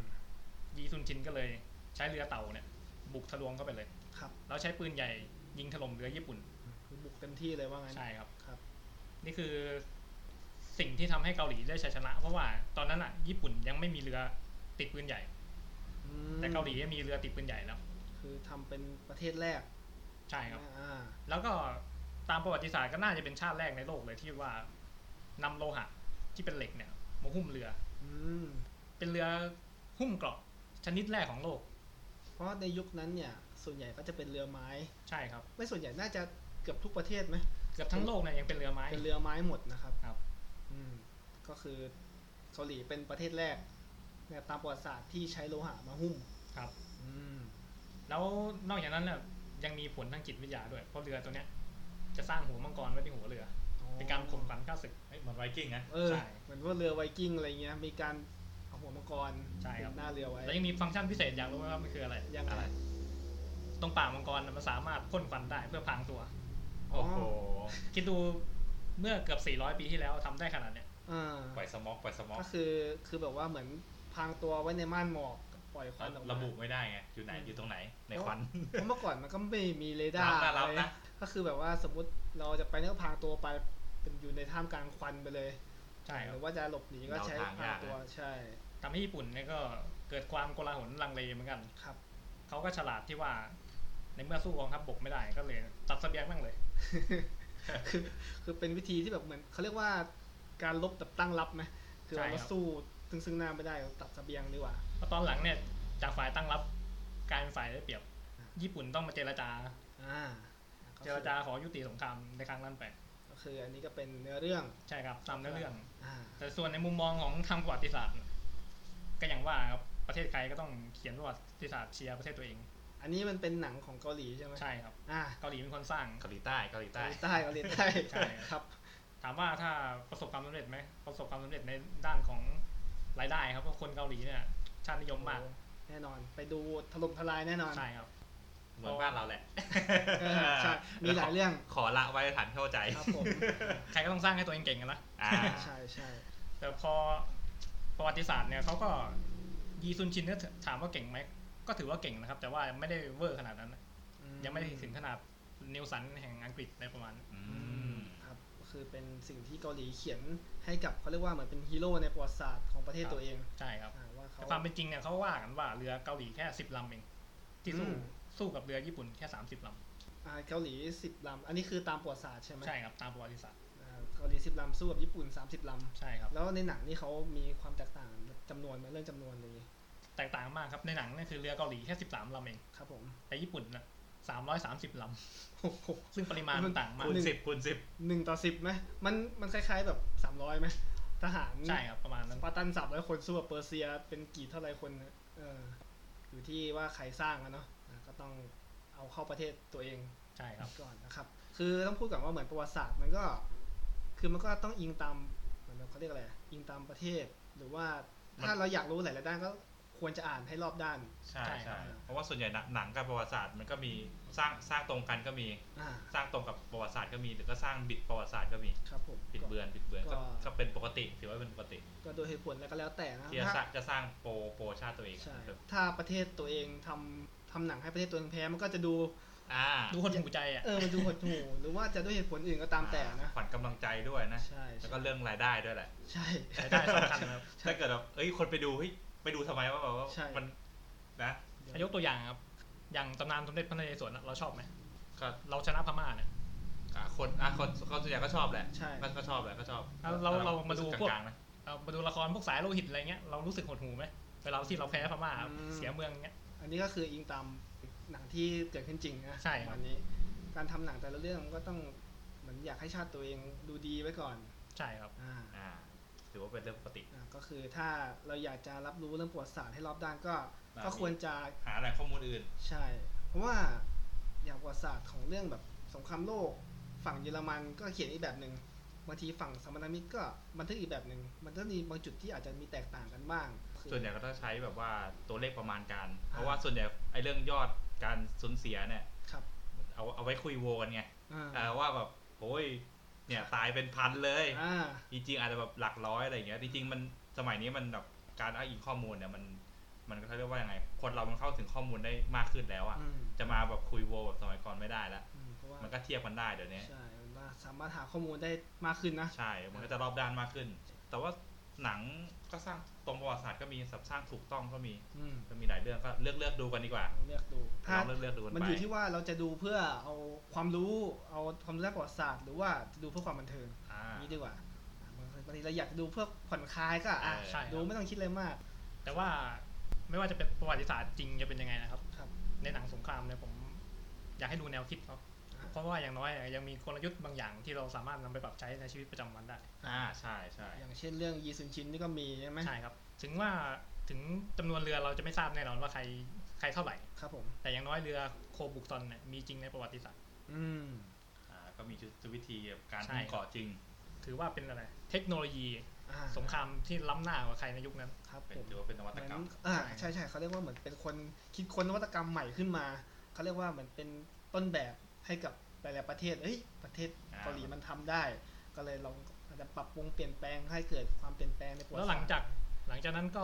[SPEAKER 3] ยีซุนจินก็เลย ใช้เรือเต่าเนี่ย บุกทะลวงเข้าไปเลย
[SPEAKER 1] ครับ
[SPEAKER 3] แล้วใช้ปืนใหญ่ยิงถล่มเรือญี่ปุ่น
[SPEAKER 1] คือบุกเต็มที่เลยว่างั้น
[SPEAKER 3] ใช่ครับ
[SPEAKER 1] ครับ
[SPEAKER 3] นี่คือสิ่งที่ทำให้เกาหลีได้ชัยชนะ เพราะว่าตอนนั้นอ่ะญี่ปุ่นยังไม่มีเรือติดปืนใหญ่
[SPEAKER 1] อืม
[SPEAKER 3] แต่เกาหลีมีเรือติดปืนใหญ่แล้ว
[SPEAKER 1] คือทำเป็นประเทศแรก
[SPEAKER 3] ใช่ครับ
[SPEAKER 1] อ่า
[SPEAKER 3] แล้วก็ตามประวัติศาสตร์ก็น่าจะเป็นชาติแรกในโลกเลยที่ว่านำโลหะที่เป็นเหล็กเนี่ยมาหุ้มเรือ
[SPEAKER 1] อืม
[SPEAKER 3] เป็นเรือหุ้มเกราะชนิดแรกของโลก
[SPEAKER 1] เพราะในยุคนั้นเนี่ย ส่วนใหญ่ก็จะเป็นเรือไม้
[SPEAKER 3] ใช่ครับ
[SPEAKER 1] ไม่ส่วนใหญ่น่าจะเกือบทุกประเทศไหม
[SPEAKER 3] เกือบทั้งโลกเนี่ยยังเป็นเรือไม้
[SPEAKER 1] เป็นเรือไม้หมดนะครับ
[SPEAKER 3] ครับ
[SPEAKER 1] อืมก็คือเกาหลีเป็นประเทศแรกเนี่ยตามประวัติศาสตร์ที่ใช้โลหะมาหุ้ม
[SPEAKER 3] ครับ
[SPEAKER 1] อืม
[SPEAKER 3] แล้วนอกจากนั้นเนี่ยยังมีผลทางจิตวิทยาด้วยเพราะเรือตัวเนี้ยจะสร้างหัวมังกรไว้ที่หัวเรือ
[SPEAKER 1] อ๋อ
[SPEAKER 3] เป็นการข่มขวัญข้าศึก
[SPEAKER 2] เฮ้ยเหมือนไวกิ้งนะ
[SPEAKER 1] เออ
[SPEAKER 3] ใช่
[SPEAKER 1] เหมือนว่าเรือไวกิ้งอะไรเงี้ยมีการเอาหัวมังกร
[SPEAKER 3] ใช่ครับ
[SPEAKER 1] ติดหน้าเรือไว้
[SPEAKER 3] แล้วยังมีฟังก์ชันพิเศษอยากรู้ไหมว่ามันคืออะไร
[SPEAKER 1] ยังไง
[SPEAKER 2] อะไร
[SPEAKER 3] ตรงป่ากมังกรน่ะมันสามารถพ่นควันได้เพื่อพรางตัว
[SPEAKER 1] อ๋อ
[SPEAKER 2] โอ้โห
[SPEAKER 3] คิดดูเมื่อเกือบ 400 ปีที่แล้วทำได้ขนาดเนี้ย
[SPEAKER 1] อ่า
[SPEAKER 2] ปล่อยสม็อกปล่อยสม็อก
[SPEAKER 1] ก็คือคือแบบว่าเหมือนพรางตัวไว้ในม่านหมอกปล่อยควันออกมา
[SPEAKER 2] ระบุไม่ได้ไง อยู่ไหน อยู่ตรงไหน ในควัน
[SPEAKER 1] เพราะเมื่อก่อนมันก็ไม่มีเรดาร์
[SPEAKER 2] รับนะ
[SPEAKER 1] อะไร
[SPEAKER 2] รับนะ
[SPEAKER 1] ก็คือแบบว่าสมมติเราจะไปเนี่ยก็พรางตัวไปเป็นอยู่ในท่ามกลางควันไปเลย
[SPEAKER 3] ใช่ค
[SPEAKER 1] ห
[SPEAKER 3] รับ
[SPEAKER 1] รือว่าจะหลบหนีก็ใช้
[SPEAKER 2] เดาทาง
[SPEAKER 1] พราง
[SPEAKER 2] ยากนะ
[SPEAKER 1] ตัวใช่
[SPEAKER 3] ทำให้ญี่ปุ่นเนี่ยก็เกิดความโกลาหลลังเลเหมือนกัน
[SPEAKER 1] ครับ
[SPEAKER 3] เขาก็ฉลาดที่ว่า ในเมื่อสู้กองทัพบกไม่ได้ก็เลยตัดเสเบียงบ้างเลย
[SPEAKER 1] คือคือเป็นวิธีที่แบบเหมือนเขาเรียกว่าการลบแบบตั้งรับไหมคือ
[SPEAKER 3] ใช่
[SPEAKER 1] เรา
[SPEAKER 3] ครับ
[SPEAKER 1] สู้ซึ่งซึ่งหน้าไม่ได้เราตัดเสบียงดีกว่า
[SPEAKER 3] เพราะตอนหลังเนี่ย จากฝ่ายตั้งรับกลายเป็นฝ่ายได้เปรียบ
[SPEAKER 1] อ่า
[SPEAKER 3] ญี่ปุ่นต้องมาเจรจา
[SPEAKER 1] อ่าก็
[SPEAKER 3] เจ
[SPEAKER 1] คือ
[SPEAKER 3] รจาขอยุติสงครามในครั้งนั้นไป
[SPEAKER 1] ก็คืออันนี้ก็เป็นเนื้อเรื่อง
[SPEAKER 3] ใช่ครับตามเนื้อเรื่อง
[SPEAKER 1] อ่า
[SPEAKER 3] แต่ส่วนในมุมมองของทางประวัติศาสตร์ ก็อย่างว่าครับประเทศใครก็ต้องเขียนประวัติศาสตร์เชียร์ประเทศตัวเอง
[SPEAKER 1] อันนี้มันเป็นหนังของเกาหลีใช่ไหม
[SPEAKER 3] ใช่ครับ
[SPEAKER 1] อ่า
[SPEAKER 3] เกาหลีเป็นคนสร้าง
[SPEAKER 2] เกาหลีใต้เกาหลี
[SPEAKER 1] เกา
[SPEAKER 2] ใต้
[SPEAKER 1] หลีใต้เกาหลีใต้
[SPEAKER 3] ใช่
[SPEAKER 1] ครับ
[SPEAKER 3] ถามว่าถ้าประสบความสำเร็จไหมประสบความสำเร็จในด้านของรายได้ครับเพราะคนเกาหลีเนี่ยชาตินิยมมาก
[SPEAKER 1] แน่นอนไปดูถล่มทลายแน่นอน
[SPEAKER 3] ใช่ครับ
[SPEAKER 2] เหมือนบ้านเราแหละ
[SPEAKER 1] เออใช่มีหลายเรื่อง
[SPEAKER 2] ขอละไว้ฐานเข้าใจ
[SPEAKER 1] ครับผม
[SPEAKER 3] ใครก็ต้องสร้างให้ตัวเองเก่งกันนะ
[SPEAKER 2] อ่า
[SPEAKER 1] ใช่ใช่
[SPEAKER 3] แต่พอประวัติศาสตร์เนี่ยเขาก็ยีซุนชินเนี่ยถามว่าเก่งไหมก็ถือว่าเก่งนะครับ แต่ว่าไม่ได้เวอร์ขนาดนั้นนะ
[SPEAKER 1] อื
[SPEAKER 3] ยังไม่ได้ถึงขนาดนิวสันแห่งอังกฤษอะไรประมาณนั้น
[SPEAKER 2] อื
[SPEAKER 1] อื
[SPEAKER 2] ม
[SPEAKER 1] มครับก็คือเป็นสิ่งที่เกาหลีเขียนให้กับเขาเรียกว่าเหมือนเป็นฮีโร่ในประวัติศาสตร์ของประเทศตัวเอง
[SPEAKER 3] ใช่ครับ
[SPEAKER 1] อ่าว่าเขา
[SPEAKER 3] แต่ความเป็นจริงเนี่ยเขาว่ากันว่าเรือเกาหลีแค่สิบลำเองที่สู้
[SPEAKER 1] อืม
[SPEAKER 3] สู้กับเรือญี่ปุ่นแค่สามสิบล
[SPEAKER 1] อ่าเกาหลีสิบลำอันนี้คือตามประวัติศาสตร์ใช่ไหม
[SPEAKER 3] ำใช่ครับตามประวัติศาสตร์
[SPEAKER 1] อ่าเกาหลีสิบลำสู้กับญี่ปุ่นสามสิบลำ
[SPEAKER 3] ใช่ครับ
[SPEAKER 1] แล้วในหนังนี่เขามีความแตกต่างจำนวนไหมเรื่องจำนวนอะไรอย่างงี้
[SPEAKER 3] แตกต่างมากครับในหนังเนี่ยคือเรือเกาหลีแค่สิบสามลำเอง
[SPEAKER 1] ครับผม <laughs>
[SPEAKER 3] แต่ญี่ปุ่นนะสามร้อยสามสิบลำ ซึ่งปริมาณมันต่างมาก
[SPEAKER 2] คูณสิบคูณสิบ
[SPEAKER 1] หนึ่งต่อสิบไหมมันมันคล้ายๆแบบสามร้อยไหมทหาร
[SPEAKER 3] ใช่ครับ ประมาณ
[SPEAKER 1] ส
[SPEAKER 3] นั้น
[SPEAKER 1] ปาร์ตันสับแล้วคนสู้กับเปอร์เซียเป็นกี่เท่าไรคนนะเอออยู่ที่ว่าใครสร้างอะเนาะอ่ะก็ต้องเอาเข้าประเทศตัวเอง
[SPEAKER 3] ใช่ครับ
[SPEAKER 1] ก่อนนะครับ คือต้องพูดก่อนว่าเหมือนประวัติศาสตร์มันก็ คือมันก็ต้องอิงตามเหมือนเขาเรียกอะไรอะอิงตามประเทศ หรือว่าถ้าเราอยากรู้หลายๆด้านก็ควรจะอ่านให้รอบด้าน
[SPEAKER 2] ใช่
[SPEAKER 3] ใช่ครั
[SPEAKER 2] ใช่
[SPEAKER 3] บ
[SPEAKER 2] เพราะว่าส่วนใหญ่หนังหนังกับประวัติศาสตร์มันก็มีสร้างสร้างตรงกันก็มี
[SPEAKER 1] อ่า
[SPEAKER 2] สร้างตรงกับประวัติศาสตร์ก็มีหรือก็สร้างบิดประวัติศาสตร์ก็มี
[SPEAKER 1] ครับผม
[SPEAKER 2] บิดเบือนบิดเบือนก็
[SPEAKER 1] ก็
[SPEAKER 2] ก็เป็นปกติถือว่าเป็นปกติ
[SPEAKER 1] ก็โดยเหตุผลแล้วก็แล้วแต่นะ
[SPEAKER 2] ที่จะสร้า
[SPEAKER 1] ถ้าง
[SPEAKER 2] จะสร้างโปรโปรชาติตัวเอง
[SPEAKER 1] ใช่
[SPEAKER 2] แบบ
[SPEAKER 1] ถ้าประเทศตัวเองทำทำหนังให้ประเทศตัวเองแพ้มันก็จะดู
[SPEAKER 2] อ่า
[SPEAKER 3] ดูคนหูใจอ่ะ
[SPEAKER 1] เออมันดูหดหู่ <laughs> หรือว่าจะด้วยเหตุผลอื่นก็ตามแต่นะ
[SPEAKER 2] ขวัญกำลังใจด้วยนะ
[SPEAKER 1] ใช่
[SPEAKER 2] แล้ว
[SPEAKER 1] ใช่
[SPEAKER 2] ก็เรื่องรายได้ด้วยแหละ
[SPEAKER 1] ใช่
[SPEAKER 3] รายได้สำคัญนะครับ
[SPEAKER 2] ถ้าเกิดแบบเอ้ย คนไปดู เฮ้ย ไปดูทำไมวะแบบว่า
[SPEAKER 1] ใช่
[SPEAKER 2] มัน นะ
[SPEAKER 3] ยกตัวอย่างครับ อย่างตำนานสมเด็จพระนเรศวรน่ะเราชอบไหม
[SPEAKER 2] ก็
[SPEAKER 3] เราชนะพม่าเนี่ย
[SPEAKER 2] อ่ะคนอ่ะคนคนส่วนใหญ่ก็ชอบแหละ
[SPEAKER 1] ใช่
[SPEAKER 2] ก็ก็ชอบแหละ ก็ชอบ
[SPEAKER 3] เอาเราเรามาดูพวก
[SPEAKER 2] กลางๆนะ
[SPEAKER 3] เอามาดูละครพวกสายโลหิตอะไรเงี้ย เรารู้สึกหดหูไหมเวลาที่เราแพ้พม่าเสียเมืองเงี้ย
[SPEAKER 1] อันนี้ก็คืออิงตามหนังที่เกิดขึ้นจริงนะ
[SPEAKER 3] ใช่
[SPEAKER 1] ประ
[SPEAKER 3] ครับ
[SPEAKER 1] มาณนี้ การทำหนังแต่ละเรื่องมันก็ต้องเหมือนอยากให้ชาติตัวเองดูดีไว้ก่อน
[SPEAKER 3] ใช่ครับ
[SPEAKER 1] อ่า
[SPEAKER 2] อ่า ถือว่าเป็นเรื่องปกติ
[SPEAKER 1] อ่าก็คือถ้าเราอยากจะรับรู้เรื่องประวัติศาสตร์ให้รอบด้านก็
[SPEAKER 2] อ่า
[SPEAKER 1] ก็ควรจะ
[SPEAKER 2] หาแหล่งข้อมูลอื่น
[SPEAKER 1] ใช่ เพราะว่าอย่างประวัติศาสตร์ของเรื่องแบบสงครามโลก ฝั่งเยอรมันก็เขียนอีกแบบหนึ่งบางทีฝั่งสมรมิตรก็บันทึกอีกแบบหนึ่งมันก็มีบางจุดที่อาจจะมีแตกต่างกันบ้างคือ
[SPEAKER 2] ส่วนใหญ่ก็ต้องใช้แบบว่าตัวเลขประมาณการ เพราะว่าส่วนใหญ่ไอ้เรื่องยอดการสูญเสียเนี่ย
[SPEAKER 1] ครับ
[SPEAKER 2] เอาเอาไว้คุยโวกันไง
[SPEAKER 1] อ่า
[SPEAKER 2] อ่าว่าแบบโอ้ย เนี่ยตายเป็นพันเลย
[SPEAKER 1] อ่า
[SPEAKER 2] จริงๆอาจจะแบบหลักร้อยอะไรอย่างเงี้ยจริงๆมันสมัยนี้มันแบบการอ้างอิงข้อมูลเนี่ยมันมันก็เรียกว่ายังไง คนเรามันเข้าถึงข้อมูลได้มากขึ้นแล้วอะ
[SPEAKER 1] อืม
[SPEAKER 2] จะมาแบบคุยโวแบบสมัยก่อนไม่ได้ละ
[SPEAKER 1] อืมเพราะว่า
[SPEAKER 2] มันก็เทียบกันได้เดี๋ยวนี้
[SPEAKER 1] ใช่มันก็สามารถหาข้อมูลได้มากขึ้นนะ
[SPEAKER 2] ใช่มันก็จะรอบด้านมากขึ้น แต่ว่าหนังก็สร้างตรงประวัติศาสตร์ก็มีสับสร้างถูกต้องก็มี
[SPEAKER 1] อืม
[SPEAKER 2] ก็มีหลายเรื่องก็เลือกเลือกดูกันดีกว่า
[SPEAKER 1] ลองเลือกดูถ้า
[SPEAKER 2] ลองเลือกเลือกดูกัน
[SPEAKER 1] มัน
[SPEAKER 2] ไป
[SPEAKER 1] อยู่ที่ว่าเราจะดูเพื่อเอาความรู้เอาความรู้ด้านประวัติศาสตร์หรือว่าจะดูเพื่อความบันเทิง
[SPEAKER 2] อ่า
[SPEAKER 1] นี้ดีกว่าอ่าบางทีเราอยากดูเพื่อผ่อนคลายก็อ่ะ
[SPEAKER 2] เออ
[SPEAKER 3] ใช่ครับ
[SPEAKER 1] ดูไม่ต้องคิดอะไรมาก
[SPEAKER 3] แต่ว่าไม่ว่าจะเป็นประวัติศาสตร์จริงจะเป็นยังไงนะครับ
[SPEAKER 1] ครับ
[SPEAKER 3] ในหนังสงครามเนี่ยผมอยากให้ดูแนวคิดเขา เพราะว่าอย่างน้อยเนี่ยยังมีกลยุทธ์บางอย่างที่เราสามารถนำไปปรับใช้ในชีวิตประจำวันได้
[SPEAKER 2] อ่าใช่ใช่
[SPEAKER 1] อย่างเช่นเรื่องยีซุนชินนี่ก็มีใช่ไหม
[SPEAKER 3] ใช่ครับ ถึงว่าถึงจำนวนเรือเราจะไม่ทราบแน่นอนว่าใครใครเท่าไหร่
[SPEAKER 1] ครับผม
[SPEAKER 3] แต่อย่างน้อยเรือโคบุกซอนเนี่ยมีจริงในประวัติศาสตร์
[SPEAKER 1] อืม
[SPEAKER 2] อ่าก็มียุทธวิธีการ
[SPEAKER 3] ใช่
[SPEAKER 2] ทำก่อจริง
[SPEAKER 3] ถือว่าเป็นอะไร เทคโนโลยี
[SPEAKER 1] อ่า
[SPEAKER 3] สงครามที่ล้ำหน้ากว่าใครในยุคนั้น
[SPEAKER 1] ครับ
[SPEAKER 2] เป็
[SPEAKER 1] ผ
[SPEAKER 2] น
[SPEAKER 1] ม
[SPEAKER 2] ถือว่าเป็นนวัตกรรม
[SPEAKER 1] เหมือนอ่าใช่ใช่เขาเรียกว่าเหมือนเป็นคนคิดค้นนวัตกรรมใหม่ขึ้นมา เขาเรียกว่าเหมือนเป็นต้นแบบให้กับหลายๆประเทศ เอ้ย ประเทศ
[SPEAKER 2] อ่า
[SPEAKER 1] เกาหลีมันทำได้ ก็เลยลองอาจจะปรับปรุงเปลี่ยนแปลงให้เกิดความเปลี่ยนแปลงในประ
[SPEAKER 3] แล้ว
[SPEAKER 1] ติ
[SPEAKER 3] หลั
[SPEAKER 1] ศ
[SPEAKER 3] ง
[SPEAKER 1] สตร์
[SPEAKER 3] จากหลังจากนั้นก็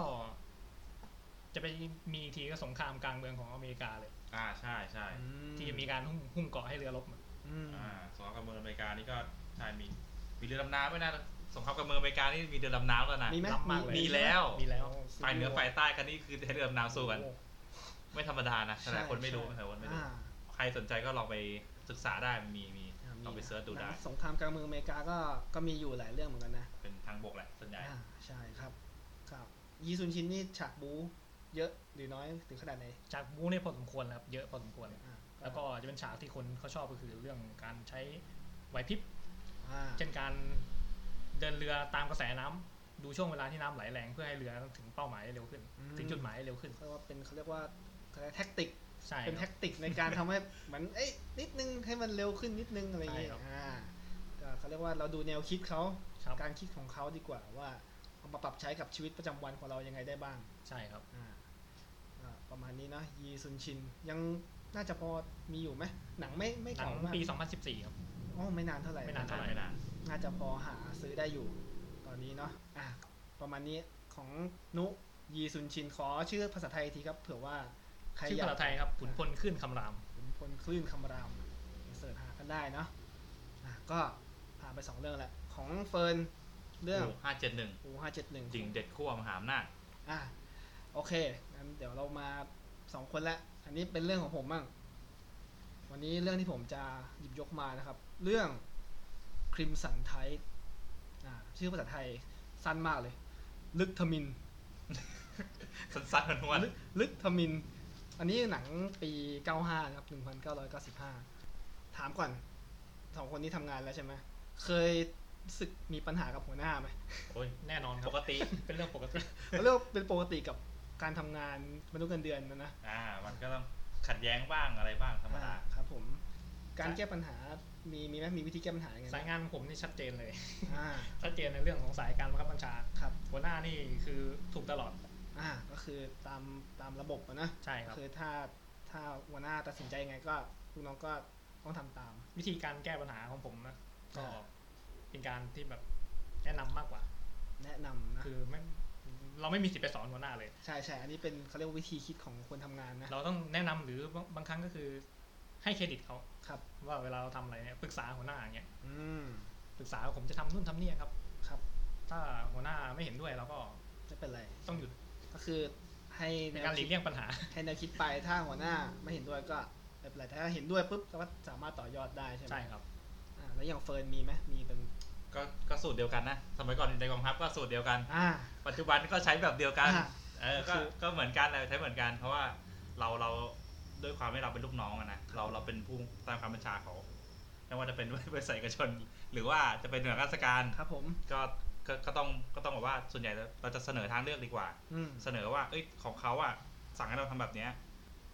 [SPEAKER 3] จะไปมีอีกทีก็สงครามกลางเมืองของอเมริกาเลย
[SPEAKER 2] อ่าใช่ใช่
[SPEAKER 1] อื
[SPEAKER 3] ที่มีการหุ้มหุ้มเกาะให้เรือรบมา
[SPEAKER 1] อืม
[SPEAKER 2] อ่าสงครามกับเมืองอเมริกานี่ก็ใช่มีมีเรือดำน้ำด้วยนะสงครามกับเมืองอเมริกานี่มีเรือดำน้ำแล้วนะ
[SPEAKER 1] มีไหม
[SPEAKER 3] ล้ำมากเลย
[SPEAKER 2] มีแล้ว
[SPEAKER 3] มีแล้ว
[SPEAKER 2] ฝ่ายเหนือฝ่ายใต้กันนี่คือใช้เรือดำน้ำสู้กัน
[SPEAKER 1] โอ้โห
[SPEAKER 2] ไม่ธรรมดานะ
[SPEAKER 1] ใช่
[SPEAKER 2] แต่หลายคนไม่รู้
[SPEAKER 1] ใช่
[SPEAKER 2] หลายคนไม่รู้
[SPEAKER 1] อ่า
[SPEAKER 2] ใครสนใจก็ลองไปศึกษาได้มีมีลองไปเสิร์ชดูได้
[SPEAKER 1] หนังสงครามกลางเมืองอเมริกาก็ก็มีอยู่หลายเรื่องเหมือนกันนะ
[SPEAKER 2] เป็นทางบกแหละส่วนใหญ่
[SPEAKER 1] อ่าใช่ครับครับยีซุนชินนี่ฉากบู เยอะหรือน้อยถึงขนาดไหน
[SPEAKER 3] ฉากบู๊เนี่ยพอสมควรนะครับเยอะพอสมควร
[SPEAKER 1] อ่า
[SPEAKER 3] แล้วก็จะเป็นฉากที่คนเขาชอบก็คือเรื่องการใช้ไหวพริบ
[SPEAKER 1] อ่า
[SPEAKER 3] เช่นการเดินเรือตามกระแสน้ำดูช่วงเวลาที่น้ำไหลแรงเพื่อให้เรือถึงเป้าหมายได้เร็วขึ้น ถึงจุดหมายได้เร็วขึ้น
[SPEAKER 1] เรียกว่าเป็นเขาเรียกว่าแท็กติก
[SPEAKER 3] ใช่
[SPEAKER 1] เป็น
[SPEAKER 3] ค
[SPEAKER 1] แท็
[SPEAKER 3] รับ
[SPEAKER 1] กติกในการทำให้เหมือนเอ้ยนิดนึงให้มันเร็วขึ้นนิดนึงอะไรอย่างเงี้ย
[SPEAKER 3] ใช่ครับ
[SPEAKER 1] อ่าก็เขาเรียกว่าเราดูแนวคิดเขา
[SPEAKER 3] ครับ
[SPEAKER 1] การคิดของเขาดีกว่าว่าเอามาปรับใช้กับชีวิตประจำวันของเรายังไงได้บ้าง
[SPEAKER 3] ใช่ครับ
[SPEAKER 1] อ่าก็ประมาณนี้เนอะยีซุนชินยังน่าจะพอมีอยู่ไหมหนังไม่ไม่
[SPEAKER 3] หนั
[SPEAKER 1] เก่าง มาก
[SPEAKER 3] ปี 2014 ครับ
[SPEAKER 1] อ๋อไม่นานเท่าไหร่
[SPEAKER 3] ไม่นานเท่าไหร่
[SPEAKER 2] ไม่นาน
[SPEAKER 1] น่าจะพอหาซื้อได้อยู่ ตอนนี้เนาะอ่ะประมาณนี้ของนุยีซุนชินขอชื่อภาษาไทยอีกทีครับเผื่อว่าใคร
[SPEAKER 3] ชื่อ
[SPEAKER 1] อยา
[SPEAKER 3] ภาก ษาไทยครับขุนพลขึ้นคำราม
[SPEAKER 1] ขุนพลคลื่นคำรามเสิร์ชหากันได้เนาะอ่ะก็ผ่านไปสองเรื่องแหละ ของเฟิร์นเรื่อง
[SPEAKER 2] ห้าเจ็ดหนึ่ง
[SPEAKER 1] อูห้าเจ็ดหนึ่ง
[SPEAKER 2] จริงเด็ดขั้วมหาอำ
[SPEAKER 1] <laughs>
[SPEAKER 2] นาจ
[SPEAKER 1] อ่ะโอเคงั้นเดี๋ยวเรามาสองคนละ อันนี้เป็นเรื่องของผมบ้าง วันนี้เรื่องที่ผมจะหยิบยกมานะครับ เรื่องคริมสันไทอ่าชื่อภาษาไทยสั้นมากเลย ลึกทมิน
[SPEAKER 2] สั้นๆนวล
[SPEAKER 1] ลึกลึกทมิน อันนี้หนังปี 95 นะครับ 1995 ถามก่อนสองคนนี้ทำงานแล้วใช่ไหม เคยรู้สึกมีปัญหากับหัวหน้าไหม
[SPEAKER 2] ๆโอ้ย
[SPEAKER 3] แน่นอนค
[SPEAKER 2] ป
[SPEAKER 3] รับ
[SPEAKER 2] กติ
[SPEAKER 3] เป็นเรื่องปกติ
[SPEAKER 1] เขาเรียกว่าเป็นปกติกับการทำงานมนุษย์เงินเดือนนะนะ
[SPEAKER 2] อ่า มันก็ต้องขัดแย้งบ้างอะไรบ้างธรรมดา
[SPEAKER 1] อ่ครับผม การแก้ปัญหา มีมีไหมมีวิธีแก้ปัญหายังไงไหม
[SPEAKER 3] สายงานของผมนี่ชัดเจนเลย
[SPEAKER 1] อ่า
[SPEAKER 3] ชัดเจนในเรื่องของสายการบังคับบัญชา
[SPEAKER 1] ครับ
[SPEAKER 3] หัวหน้านี่คือถูกตลอด
[SPEAKER 1] อ่า ก็คือตามตามระบบอะนะ
[SPEAKER 3] ใช่ครับ
[SPEAKER 1] คือถ้าถ้าหัวหน้าตัดสินใจยังไงก็ลูกน้องก็ต้องทำตาม
[SPEAKER 3] วิธีการแก้ปัญหาของผมนะก็
[SPEAKER 1] อ่า
[SPEAKER 3] เป็นการที่แบบแนะนำมากกว่า
[SPEAKER 1] แนะนำนะ
[SPEAKER 3] คือไม่เราไม่มีสิทธิ์ไปสอนหัวหน้าเลย
[SPEAKER 1] ใช่ใช่ อันนี้เป็นเขาเรียกว่าวิธีคิดของคนทำงานนะ
[SPEAKER 3] เราต้องแนะนำหรือบางบางครั้งก็คือให้เครดิตเขา
[SPEAKER 1] ครับ
[SPEAKER 3] ว่าเวลาเราทำอะไรเนี่ยปรึกษาหัวหน้าอย่างเงี้ย
[SPEAKER 1] อืม
[SPEAKER 3] ปรึกษาว่าผมจะทำนู่นทำนี่ครับ
[SPEAKER 1] ครับ
[SPEAKER 3] ถ้าหัวหน้าไม่เห็นด้วยเราก็
[SPEAKER 1] ไม่เป็นไร
[SPEAKER 3] ต้องหยุด
[SPEAKER 1] ก็คือให้
[SPEAKER 3] ใน
[SPEAKER 1] แน
[SPEAKER 3] กาว รหลี
[SPEAKER 1] คิ
[SPEAKER 3] ก
[SPEAKER 1] ด
[SPEAKER 3] เลี่ยงปัญหา
[SPEAKER 1] ให้แนวคิดไป ถ้าหัวหน้าไม่เห็นด้วยก็ไม่เป็นไรแต่ถ้าเห็นด้วยปุ๊บก็สามารถต่อยอดได้ใช่ไหม
[SPEAKER 3] ใช่ครับ
[SPEAKER 1] อ่าแล้วอย่างเฟิร์นมีไหมมีเป็น
[SPEAKER 2] ก็ก็สูตรเดียวกันนะ สมัยก่อนในกองทัพก็สูตรเดียวกัน
[SPEAKER 1] อ่า
[SPEAKER 2] ปัจจุบันก็ใช้แบบเดียวกัน
[SPEAKER 1] อ่ะ
[SPEAKER 2] เออ ก็
[SPEAKER 1] คือ
[SPEAKER 2] ก็เหมือนกันเลยใช้เหมือนกัน เพราะว่าเราเราด้วยความที่เราเป็นลูกน้องอะนะ เราเราเป็นผู้ตามคำบัญชาเขาไม่ว่าจะเป็น <laughs> บริษัทเอกชน หรือว่าจะเป็นหน่วยราชการ
[SPEAKER 1] ครับผม
[SPEAKER 2] ก็ก็ ก็ต้อง ก็ต้องบอกว่า ส่วนใหญ่เราจะเสนอทางเลือกดีกว่า
[SPEAKER 1] อืม
[SPEAKER 2] เสนอว่า เอ้ย ของเขาอะสั่งให้เราทำแบบเนี้ย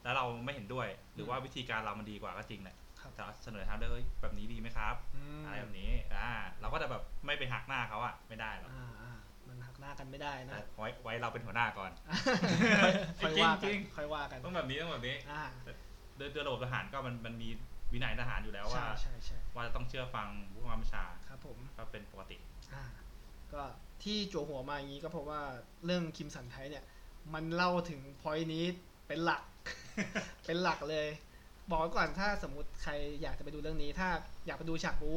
[SPEAKER 2] แล้วเราไม่เห็นด้วย หรือว่าวิธีการเรามันดีกว่าก็จริงแหละ
[SPEAKER 1] ครับ
[SPEAKER 2] แต่เสนอทางเลือกเอ้ยแบบนี้ดีไหมครับ
[SPEAKER 1] อืม
[SPEAKER 2] อะไรแบบนี้ อ่า เราก็จะแบบไม่ไปหักหน้าเขาอะไม่ได้หรอก
[SPEAKER 1] อ่าอ่ามันหักหน้ากันไม่ได้นะ
[SPEAKER 2] แต่ไว้ไว้เราเป็นหัวหน้าก่อน
[SPEAKER 1] ค่อย
[SPEAKER 2] จริง
[SPEAKER 1] ว่า
[SPEAKER 2] จ
[SPEAKER 1] กั
[SPEAKER 2] ริ
[SPEAKER 1] น
[SPEAKER 2] ง
[SPEAKER 1] ค่อยว่ากัน
[SPEAKER 2] ต้องแบบนี้ต้องแบบนี้
[SPEAKER 1] อ่า
[SPEAKER 2] โดยโดยระบบทหารก็มันมันมีวินัยทหารอยู่แล้วว่า
[SPEAKER 1] ใช่ใช่ใช่
[SPEAKER 2] ว่าจะต้องเชื่อฟังผู้บังคับบัญชา
[SPEAKER 1] ครับผม
[SPEAKER 2] ก็เป็นปกติ
[SPEAKER 1] อ่าก็ที่จั่วหัวมาอย่างนี้ก็เพราะว่าเรื่องคิมสันไทยเนี่ย มันเล่าถึงพอยนี้เป็นหลัก <laughs> เป็นหลักเลย บอกไว้ก่อนถ้าสมมติใครอยากจะไปดูเรื่องนี้ ถ้าอยากไปดูฉากบู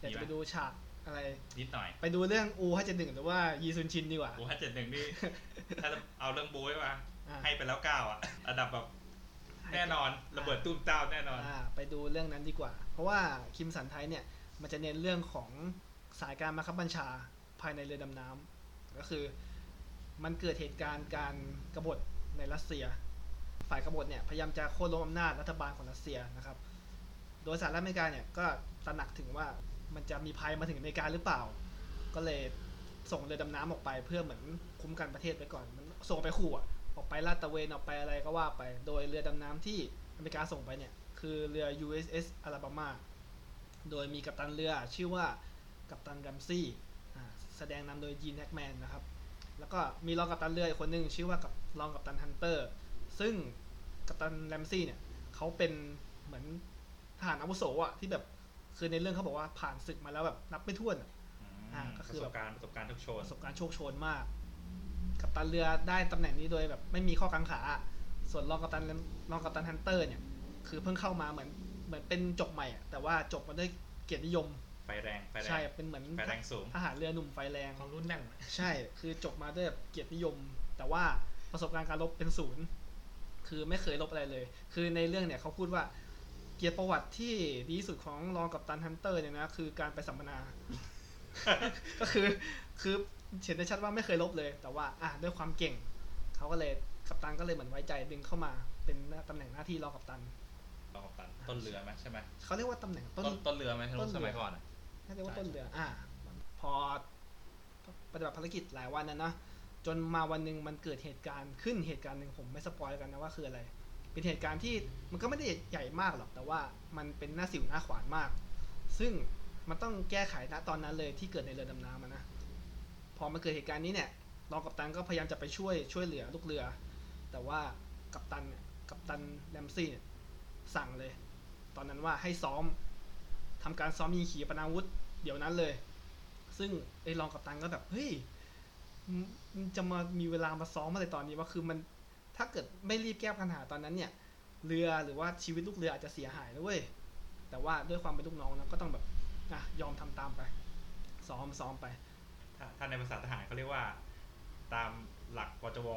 [SPEAKER 1] อยากจะไปดูฉากอะไร
[SPEAKER 2] นิดหน่อย
[SPEAKER 1] ไปดูเรื่องอูห้าเจ็ดหนึ่งหรือว่ายีซุนชินดีกว่า
[SPEAKER 2] บูห้าเจ็ดหนึ่ง
[SPEAKER 1] <laughs>
[SPEAKER 2] นี่ ถ้าจะเอาเรื่องบูให้มา
[SPEAKER 1] อ่า
[SPEAKER 2] ให้ไปแล้วเก้าอ่ะระดับแบบแน่นอนระเบิดตุ้มเต้าแน่นอน
[SPEAKER 1] อ่าไปดูเรื่องนั้นดีกว่า เพราะว่าคิมสันไทยเนี่ย มันจะเน้นเรื่องของสายการบังคับบัญชาภายในเรือดำน้ำก็คือ มันเกิดเหตุการณ์การกบฏในรัสเซีย ฝ่ายกบฏเนี่ยพยายามจะโค่นล้มอำนาจรัฐบาลของรัสเซียนะครับ โดยสหรัฐอเมริกาเนี่ยก็ตระหนักถึงว่ามันจะมีภัยมาถึงอเมริกาหรือเปล่า ก็เลยส่งเรือดำน้ำออกไปเพื่อเหมือนคุ้มกันประเทศไปก่อน มันส่งไปขู่อะออกไปลาดตระเวนออกไปอะไรก็ว่าไป โดยเรือดำน้ำที่อเมริกาส่งไปเนี่ยคือเรือ USS Alabama โดยมีกัปตันเรือชื่อว่ากัปตันแรมซี่อ่าแสดงนำโดยยีนแฮกแมนนะครับ แล้วก็มีรองกัปตันเรืออีกคนหนึ่งชื่อว่ากับรองกัปตันฮันเตอร์ ซึ่งกัปตันแรมซี่เนี่ยเขาเป็นเหมือนทหารอาวุโสอะที่แบบคือในเรื่องเขาบอกว่าผ่านศึกมาแล้วแบบนับไม่ถ้วนอะ อ่าก็
[SPEAKER 2] ป
[SPEAKER 1] คื
[SPEAKER 2] ระ
[SPEAKER 1] อ
[SPEAKER 2] ส
[SPEAKER 1] แบบ บ
[SPEAKER 2] การณ์ประสบการณ์ทุกโชน
[SPEAKER 1] ประสบการณ์โชคโชนมาก กัปตันเรือได้ตำแหน่งนี้โดยแบบไม่มีข้อกังขา ส่วนรองกัปตันรองกัปตันฮันเตอร์เนี่ย คือเพิ่งเข้ามาเหมือนเหมือนเป็นจบใหม่อะแต่ว่าจบมาด้วยเกียรตินิยม
[SPEAKER 2] ไฟแรง ไฟแร
[SPEAKER 1] ใช่
[SPEAKER 2] ง
[SPEAKER 1] เป็นเหมือน
[SPEAKER 2] ไฟแรงสูง
[SPEAKER 1] ทหารเรือหนุ่มไฟแรง
[SPEAKER 3] ความรุ่นแน่น
[SPEAKER 1] ใช่คือจบมาด้วยแบบเกียรตินิยม แต่ว่าประสบการณ์การรบเป็นศูนย์คือไม่เคยรบอะไรเลย คือในเรื่องเนี่ยเขาพูดว่าเกียรติประวัติที่ดีที่สุดของรองกัปตันฮันเตอร์เนี่ยนะคือการไปสัมมนา <laughs> ก็คือคือเห็นได้ชัดว่าไม่เคยลบเลย แต่ว่าอ่ะด้วยความเก่งเขาก็เลยค กัปตันก็เลยเหมือนไว้ใจดึงเข้ามาเป็นหน้าตำแหน่งหน้าที่รองกัปตัน
[SPEAKER 2] รองกัปตันต้นเรือไหมใช่ไหม
[SPEAKER 1] เขาเรียกว่าตำแหน่งต้
[SPEAKER 2] ต้
[SPEAKER 1] น
[SPEAKER 2] นต้นเรือไหม
[SPEAKER 1] ต้นเรือ
[SPEAKER 2] สมัยก่อนอะ
[SPEAKER 1] เขาเรียกว่าต้นเรืออ่า พอปฏิบัติภารกิจหลายวันนะนะ จนมาวันหนึ่งมันเกิดเหตุการณ์ขึ้นเหตุการณ์หนึ่งผมไม่สปอยแล้วกันนะว่าคืออะไร เป็นเหตุการณ์ที่มันก็ไม่ได้ใหญ่มากหรอก แต่ว่ามันเป็นหน้าสิวหน้าขวานมาก ซึ่งมันต้องแก้ไขณตอนนั้นเลยที่เกิดในเรือดำน้ำอะนะ พอมาเกิดเหตุการณ์นี้เนี่ย รองกัปตันก็พยายามจะไปช่วยช่วยเหลือลูกเรือ แต่ว่ากัปตันเนี่ยกัปตันแรมซี่เนี่ยสั่งเลย ตอนนั้นว่าให้ซ้อมทำการซ้อมยิงขีปนาวุธ เดี๋ยวนั้นเลย ซึ่งไอ้รองกัปตันก็แบบ เฮ้ยมึงมึงจะมามีเวลามาซ้อมอะไรตอนนี้ว่าคือมัน ถ้าเกิดไม่รีบแก้ปัญหาตอนนั้นเนี่ย เรือหรือว่าชีวิตลูกเรืออาจจะเสียหายนะเว้ย แต่ว่าด้วยความเป็นลูกน้องนะก็ต้องแบบอ่ะยอมทำตามไป ซ้อมซ้อมไป
[SPEAKER 2] ถ้าถ้าในภาษาทหารเขาเรียกว่า ตามหลักกจว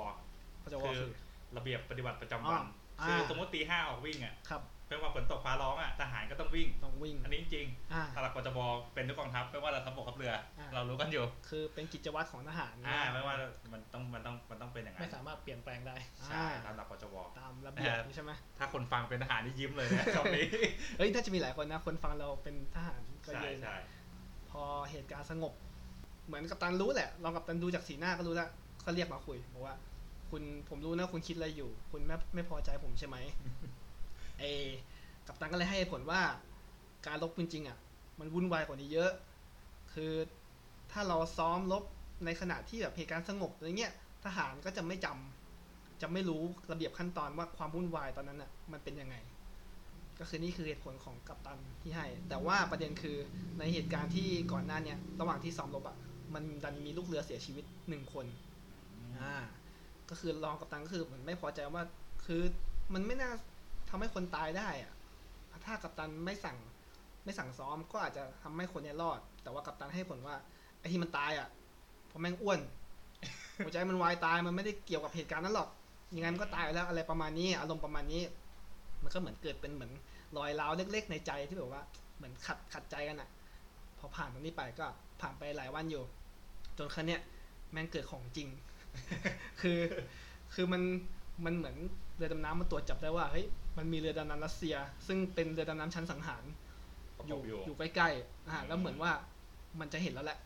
[SPEAKER 1] เขาจะวอ
[SPEAKER 2] คือ
[SPEAKER 1] คือ
[SPEAKER 2] ระเบียบปฏิบัติประจำวัน
[SPEAKER 1] อ่า
[SPEAKER 2] คือสมมติตีห้าออกวิ่งอ่ะ
[SPEAKER 1] ครับ
[SPEAKER 2] เป็นว่าฝนตกฟ้าร้องอ่ะทหารก็ต้องวิ่ง
[SPEAKER 1] ต้องวิ่ง
[SPEAKER 2] อันนี้จริง
[SPEAKER 1] อ่า
[SPEAKER 2] ถ้าหลักกจวเป็นทุกกองทัพไม่ว่าเราทัพบกทัพเรืออา เรารู้กันอยู่
[SPEAKER 1] คือเป็นกิจวัตรของทหารนะ
[SPEAKER 2] อ่าไม่ว่ามันต้องมันต้องมันต้องเป็นอย่างนั้
[SPEAKER 3] ไม่
[SPEAKER 2] น
[SPEAKER 3] สามารถเปลี่ยนแปลงได้
[SPEAKER 2] ใช่
[SPEAKER 1] อ่า
[SPEAKER 2] ตามหลักกจว
[SPEAKER 1] ตามระเบียบ
[SPEAKER 2] อ่า
[SPEAKER 1] นี่ใช่ไหม
[SPEAKER 2] ถ้าคนฟังเป็นทหารนี่ยิ้มเลย
[SPEAKER 1] <laughs>
[SPEAKER 2] นะคำนี้
[SPEAKER 1] เอ้ยน่าจะมีหลายคนนะ คนฟังเราเป็นทหารก็เย
[SPEAKER 2] ใช่
[SPEAKER 1] อะนะ
[SPEAKER 2] ใช่
[SPEAKER 1] พอเหตุการณ์สงบ เหมือนกัปตันรู้แหละรองกัปตันดูจากสีหน้าก็รู้แล้วก็เรียกมาคุยบอกว่า คุณผมรู้นะคุณคิดอะไรอยู่ คุณไม่ไม่พอใจผมใช่ไหม <laughs> เอกัปตันก็เลยให้เหตุผลว่า การลบจริงๆอ่ะ มันวุ่นวายกว่านี้เยอะ คือถ้าเราซ้อมลบในขณะที่แบบเหตุการณ์สงบอะไรเงี้ยทหารก็จะไม่จำจะไม่รู้ระเบียบขั้นตอนว่าความวุ่นวายตอนนั้นอ่ะมันเป็นยังไง ก็คือนี่คือเหตุผลของกัปตันที่ให้ แต่ว่าประเด็นคือในเหตุการณ์ที่ก่อนหน้าเนี่ยระหว่างที่ซ้อมรบอะมันดันมีลูกเรือเสียชีวิตหนึ่งคนอ่าก็คือรองกัปตันก็คือเหมือนไม่พอใจว่าคือมันไม่น่าทำให้คนตายได้อะถ้ากัปตันไม่สั่งไม่สั่งซ้อมก็อาจจะทำให้คนเนี่ยรอด แต่ว่ากัปตันให้ผลว่าไอ้ที่มันตายอะเพราะแม่งอ้วน <laughs> หัวใจมันวายตายมันไม่ได้เกี่ยวกับเหตุการณ์นั้นหรอกยังไงมันก็ตายไปแล้วอะไรประมาณนี้อารมณ์ประมาณนี้ มันก็เหมือนเกิดเป็นเหมือน รอยร้าวเล็กๆในใจที่แบบว่าเหมือนขัดขัดใจกันอะพอผ่านตรงนี้ไปก็ผ่านไปหลายวันอยู่ จนครั้งเนี้ยแม่งเกิดของจริง คือคือมันมันเหมือนเรือดำน้ำมันตรวจจับได้ว่าเฮ้ยมันมีเรือดำน้ำรัสเซีย ซึ่งเป็นเรือดำน้ำชั้นสังหาร
[SPEAKER 2] ประ
[SPEAKER 1] อก ยู่
[SPEAKER 2] บอยู่
[SPEAKER 1] อยู่ใกล้ๆอ่าแล้วเหมือนว่ามันจะเห็นแล้วแหละ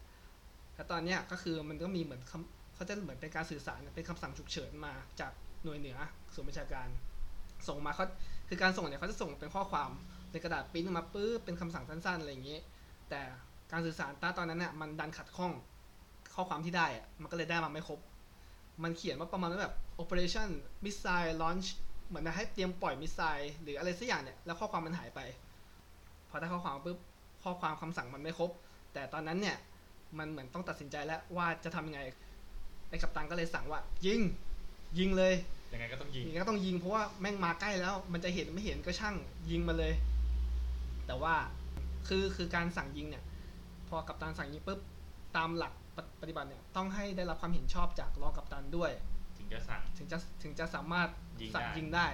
[SPEAKER 1] แต่ตอนเนี้ยก็คือมันก็มีเหมือนคำเขาจะเหมือนเป็นการสื่อสารเป็นคำสั่งฉุกเฉินมาจากหน่วยเหนือส่วนราชาการ ส่งมาเขาคือการส่งเนี่ยเขาจะส่งเป็นข้อความในกระดาษปริ้นออกมาปื๊บเป็นคำสั่งสั้นๆอะไรอย่างนี้ แต่การสื่อสารตาตอนนั้นน่ะมันดันขัดข้องข้อความที่ได้อะมันก็เลยได้มาไม่ครบ มันเขียนว่าประมาณว่าแบบ operation missile launch เหมือนจะให้เตรียมปล่อยมิสไซล์หรืออะไรสักอย่างเนี่ยแล้วข้อความมันหายไป พอได้ข้อความปุ๊บข้อความคำสั่งมันไม่ครบ แต่ตอนนั้นเนี่ยมันเหมือนต้องตัดสินใจแล้วว่าจะทำยังไงไอ้กัปตันก็เลยสั่งว่า ยิง ยิงเลย
[SPEAKER 2] ยังไงก็ต้องยิง
[SPEAKER 1] ยิงก็ต้องยิงเพราะว่าแม่งมาใกล้แล้ว มันจะเห็นไม่เห็นก็ช่างยิงมาเลย แต่ว่าคือคือการสั่งยิงเนี่ย พอกัปตันสั่งยิงปุ๊บตามหลักปปฏิบัติเนี่ยต้องให้ได้รับความเห็นชอบจากรองกัปตันด้วย
[SPEAKER 2] ถึงจะสั่ง
[SPEAKER 1] ถึงจะถึงจะสามารถ
[SPEAKER 2] ยิง
[SPEAKER 1] สั่ง
[SPEAKER 2] ได้
[SPEAKER 1] ยิงได้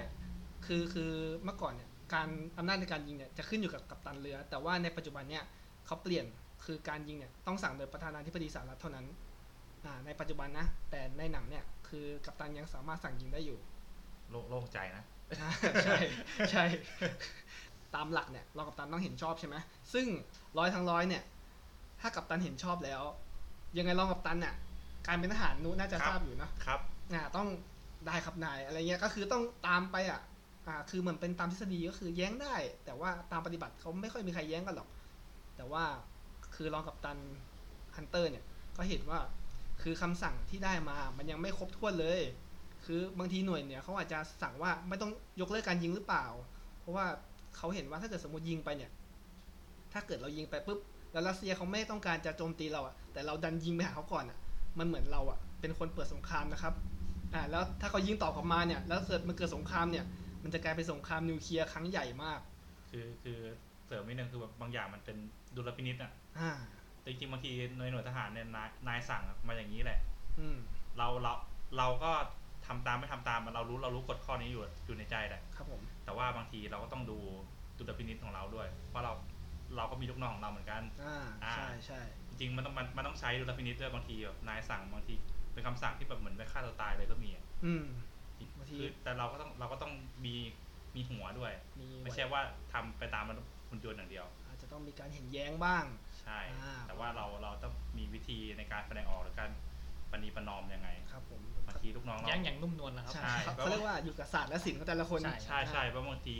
[SPEAKER 1] คือคือเมื่อก่อนเนี่ยการอำนาจในการยิงเนี่ยจะขึ้นอยู่กับกัปตันเรือ แต่ว่าในปัจจุบันเนี่ยเขาเปลี่ยนคือการยิงเนี่ยต้องสั่งโดยประธานาธิบดีสหรัฐเท่านั้นอ่าในปัจจุบันนะ แต่ในหนังเนี่ยคือกัปตันยังสามารถสั่งยิงได้อยู่ <laughs>
[SPEAKER 2] โล่งโล่งใจนะ
[SPEAKER 1] อ่าใช่ใช่ ตามหลักเนี่ยรองกัปตันต้องเห็นชอบใช่ไหมซึ่งร้อยทั้งร้อยเนี่ย ถ้ากัปตันเห็นชอบแล้ว ยังไงรองกัปตันน่ะการเป็นทหารนุน่าจะ
[SPEAKER 2] ค
[SPEAKER 1] ท
[SPEAKER 2] รับ
[SPEAKER 1] ราบอยู่เนอะ
[SPEAKER 2] ครับ
[SPEAKER 1] อ่าต้องได้ครับนายอะไรเงี้ยก็คือต้องตามไปอ่ะอ่าคือเหมือนเป็นตามทฤษฎีก็คือแย้งได้ แต่ว่าตามปฏิบัติเขาไม่ค่อยมีใครแย้งกันหรอก แต่ว่าคือรองกัปตันฮันเตอร์เนี่ยก็เห็นว่าคือคำสั่งที่ได้มามันยังไม่ครบถ้วนเลย คือบางทีหน่วยเนี่ยเขาอาจจะสั่งว่าไม่ต้องยกเลิกการยิงหรือเปล่า เพราะว่าเขาเห็นว่าถ้าเกิดสมมติยิงไปเนี่ย ถ้าเกิดเรายิงไปปุ๊บแล้วรัสเซียเขาไม่ต้องการจะโจมตีเราอะแต่เราดันยิงไปหาเขาก่อนอะมันเหมือนเราอะเป็นคนเปิดสงครามนะครับ อ่าแล้วถ้าเขายิงตอบกลับมาเนี่ย แล้วเกิดมันเกิดสงครามเนี่ย มันจะกลายเป็นสงครามนิวเคลียร์ครั้งใหญ่มาก
[SPEAKER 2] คือคือเสริมนิดนึงคือแบบบางอย่างมันเป็นดุลพินิษอ่ะ
[SPEAKER 1] อ่า
[SPEAKER 2] แต่จริงๆบางทีหน่วยหน่วยทหารเนี่ยนายนายสั่งมาอย่างนี้แหละ
[SPEAKER 1] อืม
[SPEAKER 2] เราเราเราก็ทำตามไม่ทำตามมันเรารู้เรารู้กฎข้อนี้อยู่อยู่ในใจแหละ
[SPEAKER 1] ครับผม
[SPEAKER 2] แต่ว่าบางทีเราก็ต้องดูดุลพินิษของเราด้วย เพราะเราเราก็มีลูกน้องของเราเหมือนกัน
[SPEAKER 1] อ่า
[SPEAKER 2] อ่า
[SPEAKER 1] ใช่ใช่
[SPEAKER 2] จริงๆมันต้องมันมันต้องใช้ดุลพินิษด้วยบางทีแบบนายสั่งบางทีเป็นคำสั่งที่แบบเหมือนไปฆ่าตัวตายเลยก็มีอะ
[SPEAKER 1] อืม บางที
[SPEAKER 2] คือแต่เราก็ต้องเราก็ต้องมีมีหัวด้วย
[SPEAKER 1] มี
[SPEAKER 2] ไม่ใช่ว่าทำไปตามมันหุ่นยนต์อย่างเดียว
[SPEAKER 1] อาจจะต้องมีการเห็นแย้งบ้าง
[SPEAKER 2] ใช่
[SPEAKER 1] อ่า
[SPEAKER 2] แต่ว่าเราเราต้องมีวิธีในการแสดงออกหรือการปณีประนอมยังไง
[SPEAKER 1] ครับผม
[SPEAKER 2] บางทีลูกน้องเรา
[SPEAKER 3] แย้งอย่างนุ่มนวลนะครับ
[SPEAKER 1] ใช่
[SPEAKER 2] ใช่
[SPEAKER 1] ครับ
[SPEAKER 2] ก็
[SPEAKER 1] เขาเรียกว่าอยู่กับศาสตร์และศิลป์ของแต่ละคน
[SPEAKER 3] ใช่
[SPEAKER 2] ใช่ใช่เพราะบางที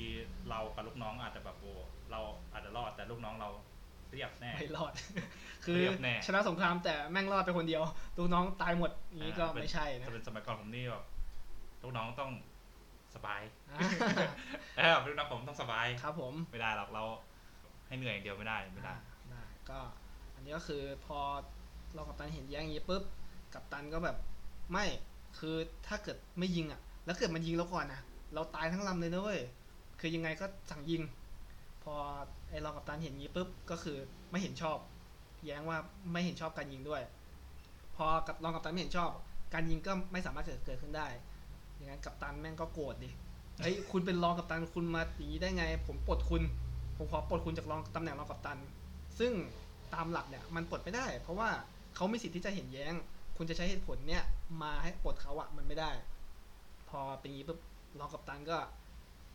[SPEAKER 2] เรากับลูกน้องอาจจะแบบโอ้เราอาจจะรอดแต่ลูกน้องเราเรียบแน่
[SPEAKER 1] ไม่
[SPEAKER 2] <laughs>
[SPEAKER 1] รอด คือ
[SPEAKER 2] เรียบแน่
[SPEAKER 1] ชนะสงครามแต่แม่งรอดไปคนเดียวลูกน้องตายหมดอย่างนี้ก็ไม่ใช่นะ
[SPEAKER 2] ถ้าเป็นสมัยก่อนผมนี่แบบลูกน้องต้องสบาย
[SPEAKER 1] อ่า <laughs>
[SPEAKER 2] เออลูกน้องผมต้องสบาย
[SPEAKER 1] ครับผม
[SPEAKER 2] ไม่ได้หรอกเราให้เหนื่อยอย่างเดียวไม่ได้ไม่ได้
[SPEAKER 1] ได้ก็อันนี้ก็คือพอเรากับตันเห็นแย่งอย่างนี้ปุ๊บกับตันก็แบบไม่คือถ้าเกิดไม่ยิงอ่ะ แล้วเกิดมันยิงเราก่อนนะเราตายทั้งลำเลยนะเว้ยคือยังไงก็สั่งยิง พอไอ้เรากับตันเห็นอย่างนี้ปุ๊บก็คือไม่เห็นชอบ แย้งว่าไม่เห็นชอบการยิงด้วย พอกับรองกับตันไม่เห็นชอบ การยิงก็ไม่สามารถเกิดเกิดขึ้นได้อย่างนั้นกับตันแม่งก็โกรธดิเฮ้ยคุณเป็นรองกับตันคุณมาอย่างนี้ได้ไง ผมปลดคุณ ผมขอปลดคุณจากรองตำแหน่งรองกับตัน ซึ่งตามหลักเนี่ยมันปลดไม่ได้ เพราะว่าเขาไม่สิทธิ์ที่จะเห็นแย้ง คุณจะใช้เหตุผลเนี่ยมาให้ปลดเขาอะมันไม่ได้ พอเป็นอย่างนี้ปุ๊บรองกับตันก็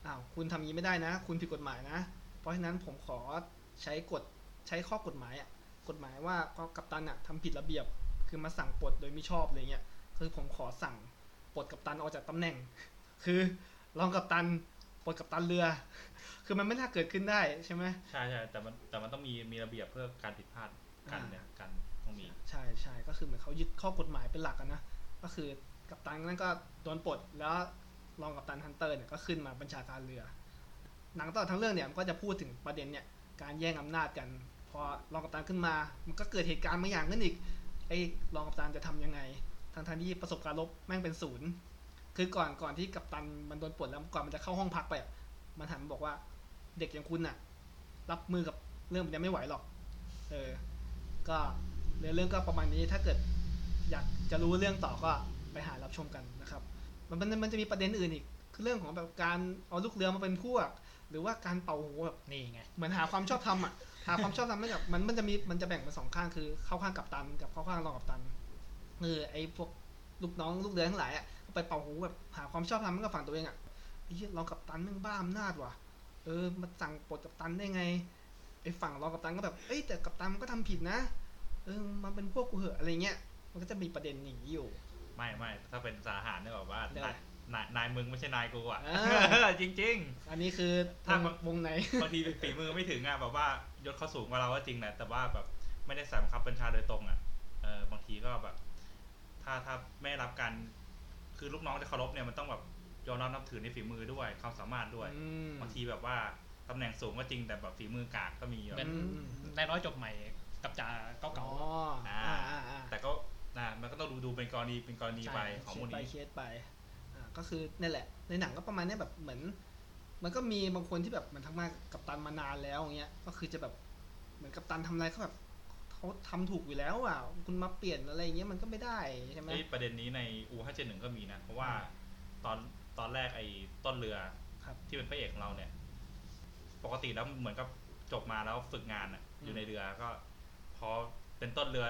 [SPEAKER 1] อ้าวคุณทำอย่างนี้ไม่ได้นะ คุณผิดกฎหมายนะ เพราะฉะนั้นผมขอใช้กฎใช้ข้อกฎหมายอะกฎหมายว่ากัปตันอะทำผิดระเบียบ คือมาสั่งปลดโดยไม่ชอบอะไรเงี้ยคือผมขอสั่งปลดกัปตันออกจากตำแหน่ง <laughs> คือรองกัปตันปลดกัปตันเรือ คือมันไม่น่าเกิดขึ้นได้ใช่ไหม
[SPEAKER 2] ใช่ใช่แต่มันแต่มันต้องมีมีระเบียบเพื่อการผิดพลาดกัน
[SPEAKER 1] อ่า
[SPEAKER 2] เนี่ยกันต้องมี
[SPEAKER 1] ใช่ใช่ก็คือเหมือนเขายึดข้อกฎหมายเป็นหลักอะนะก็คือกัปตันนั่นก็โดนปลดแล้วรองกัปตันฮันเตอร์เนี่ยก็ขึ้นมาบัญชาการเรือ หนังตลอดทั้งเรื่องเนี่ยมันก็จะพูดถึงประเด็นเนี่ยการแย่งอำนาจกัน พอรองกัปตันขึ้นมา มันก็เกิดเหตุการณ์บางอย่างขึ้นอีกไอ้รองกัปตันจะทำยังไงทางทางๆที่ประสบการณ์ลบแม่งเป็นศูนย์คือก่อนก่อนที่กัปตันมันโดนปลดแล้วก่อนมันจะเข้าห้องพักไปอะมันหันมาบอกว่าเด็กอย่างคุณน่ะ รับมือกับเรื่องแบบนี้ไม่ไหวหรอก เออ ก็เนื้อเรื่องก็ประมาณนี้ถ้าเกิดอยากจะรู้เรื่องต่อก็ไปหารับชมกันนะครับ มันมันมันจะมีประเด็นอื่นอีกคือเรื่องของแบบการเอาลูกเรือมาเป็นพวก หรือว่าการเป่าหูแบบ
[SPEAKER 3] นี่ไง
[SPEAKER 1] เหมือนหาความชอบธรรมอ่ะ หาความชอบธรรมให้กับมันมันจะมีมันจะแบ่งเป็นสองข้างคือเข้าข้างกับตันกับเข้าข้างรองกับตันคือไอ้พวกลูกน้องลูกเรือทั้งหลายอ่ะก็ไปเป่าหูแบบหาความชอบธรรมให้กับฝั่งตัวเองอ่ะไอ้เหี้ยรองกับตันแม่งบ้าอำนาจว่ะ เออมาสั่งปลดกับตันได้ไงไอ้ฝั่งรองกับตันก็แบบเอ้ยแต่กับตันมันก็ทำผิดนะ เออมันเป็นพวกกูเหอะอะไรเงี้ย มันก็จะมีประเด็นอย่างนี้อยู่
[SPEAKER 2] ไม่ไม่ถ้าเป็นสารอาหารเนี่ยแบบว่า
[SPEAKER 1] ได้
[SPEAKER 2] นายนายนายมึงไม่ใช่นายกูอ่ะ
[SPEAKER 1] อ่า
[SPEAKER 2] จริงจริง
[SPEAKER 1] อันนี้คือทาง
[SPEAKER 2] ถ้า
[SPEAKER 1] วงใน
[SPEAKER 2] ๆบางทีฝีมือไม่ถึงอ่ะแบบว่ายศเขาสูงกว่าเราก็จริงแหละแต่ว่าแบบไม่ได้สั่งบังคับบัญชาโดยตรงอ่ะเออบางทีก็แบบ ถ้าถ้าไม่รับการคือลูกน้องจะเคารพเนี่ยมันต้องแบบยอมรับนับถือในฝีมือด้วยความสามารถด้วย
[SPEAKER 1] อืม
[SPEAKER 2] บางทีแบบว่าตำแหน่งสูงก็จริงแต่แบบฝีมือกากก็มีแบบ
[SPEAKER 3] เหมือน
[SPEAKER 1] อืม
[SPEAKER 3] นายร้อยจบใหม่กับจ่าเก่า
[SPEAKER 1] อ๋อ
[SPEAKER 3] ๆอะ
[SPEAKER 1] อ่าอ่าอ่า
[SPEAKER 2] แต่ก็นะมันก็ต้องดูดูเป็นกรณีเป็นกรณีไปของ
[SPEAKER 1] เค
[SPEAKER 2] พว
[SPEAKER 1] ส
[SPEAKER 2] ก
[SPEAKER 1] ไป
[SPEAKER 2] นี้
[SPEAKER 1] เคสไปอ่าก็คือนี่นแหละ ในหนังก็ประมาณเนี้ยแบบเหมือน มันก็มีบางคนที่แบบเหมันทำงานกับตันมานานแล้วอย่างเงี้ย ก็คือจะแบบเหมือนกับตันทำอะไรเขาแบบเขาทำถูกอยู่แล้วอ่ะคุณมาเปลี่ยนอะไรอย่างเงี้ยมันก็ไม่ได้ใช่ไหม
[SPEAKER 2] ไอ้ยประเด็นนี้ใน U 5 7 1ก็มีนะ เพราะว่าตอนตอนแรกไอ้ต้นเรือ
[SPEAKER 1] ครับ
[SPEAKER 2] ที่เป็นพระเอกของเราเนี่ย ปกติแล้วเหมือนกับจบมาแล้วฝึกงานอะ
[SPEAKER 1] อืม
[SPEAKER 2] อยู่ในเรือก็ พอเป็นต้นเรือ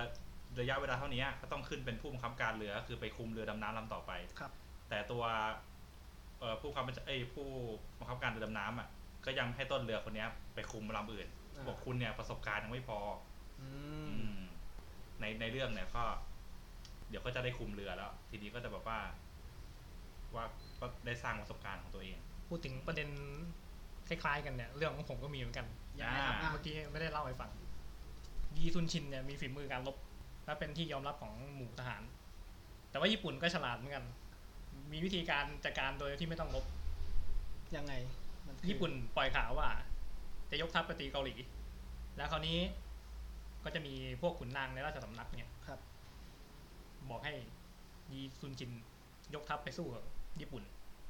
[SPEAKER 2] ระยะเวลาเท่านี้ก็ต้องขึ้นเป็นผู้บังคับการเรือก็คือไปคุมเรือดำน้ำลำต่อไป
[SPEAKER 1] ครับ
[SPEAKER 2] แต่ตัวเอ่อผู้บังคับบัญชาเอ้ยผู้บังคับการเรือดำน้ำอ่ะก็ยังให้ต้นเรือคนเนี้ย ไปคุมลำอื่น
[SPEAKER 1] อ่า
[SPEAKER 2] บอกคุณเนี่ยประสบการณ์ยังไม่พอ
[SPEAKER 1] อืม
[SPEAKER 2] อืมในในเรื่องเนี่ยก็ เดี๋ยวก็จะได้คุมเรือแล้ว ทีนี้ก็จะแบบว่า ว่าก็ได้สร้างประสบการณ์ของตัวเอง
[SPEAKER 3] พูดถึงประเด็นคล้ายๆกันเนี่ย เรื่องของผมก็มีเหมือนกัน
[SPEAKER 2] ยังไงครับ
[SPEAKER 1] อ่า
[SPEAKER 3] เมื่อกี้ไม่ได้เล่าให้ฟัง ยีซุนชินเนี่ยมีฝีมือการรบและเป็นที่ยอมรับของหมู่ทหาร แต่ว่าญี่ปุ่นก็ฉลาดเหมือนกัน มีวิธีการจัดการโดยที่ไม่ต้องรบ
[SPEAKER 1] ยังไงมัคือ
[SPEAKER 3] ญี่ปุ่นปล่อยข่าวว่า จะยกทัพไปตีเกาหลี แล้วคราวนี้ก็จะมีพวกขุนนางในราชสำนักเนี่ย
[SPEAKER 1] ครับ
[SPEAKER 3] บอกให้ยีซุนชิน ยกทัพไปสู้กับญี่ปุ่น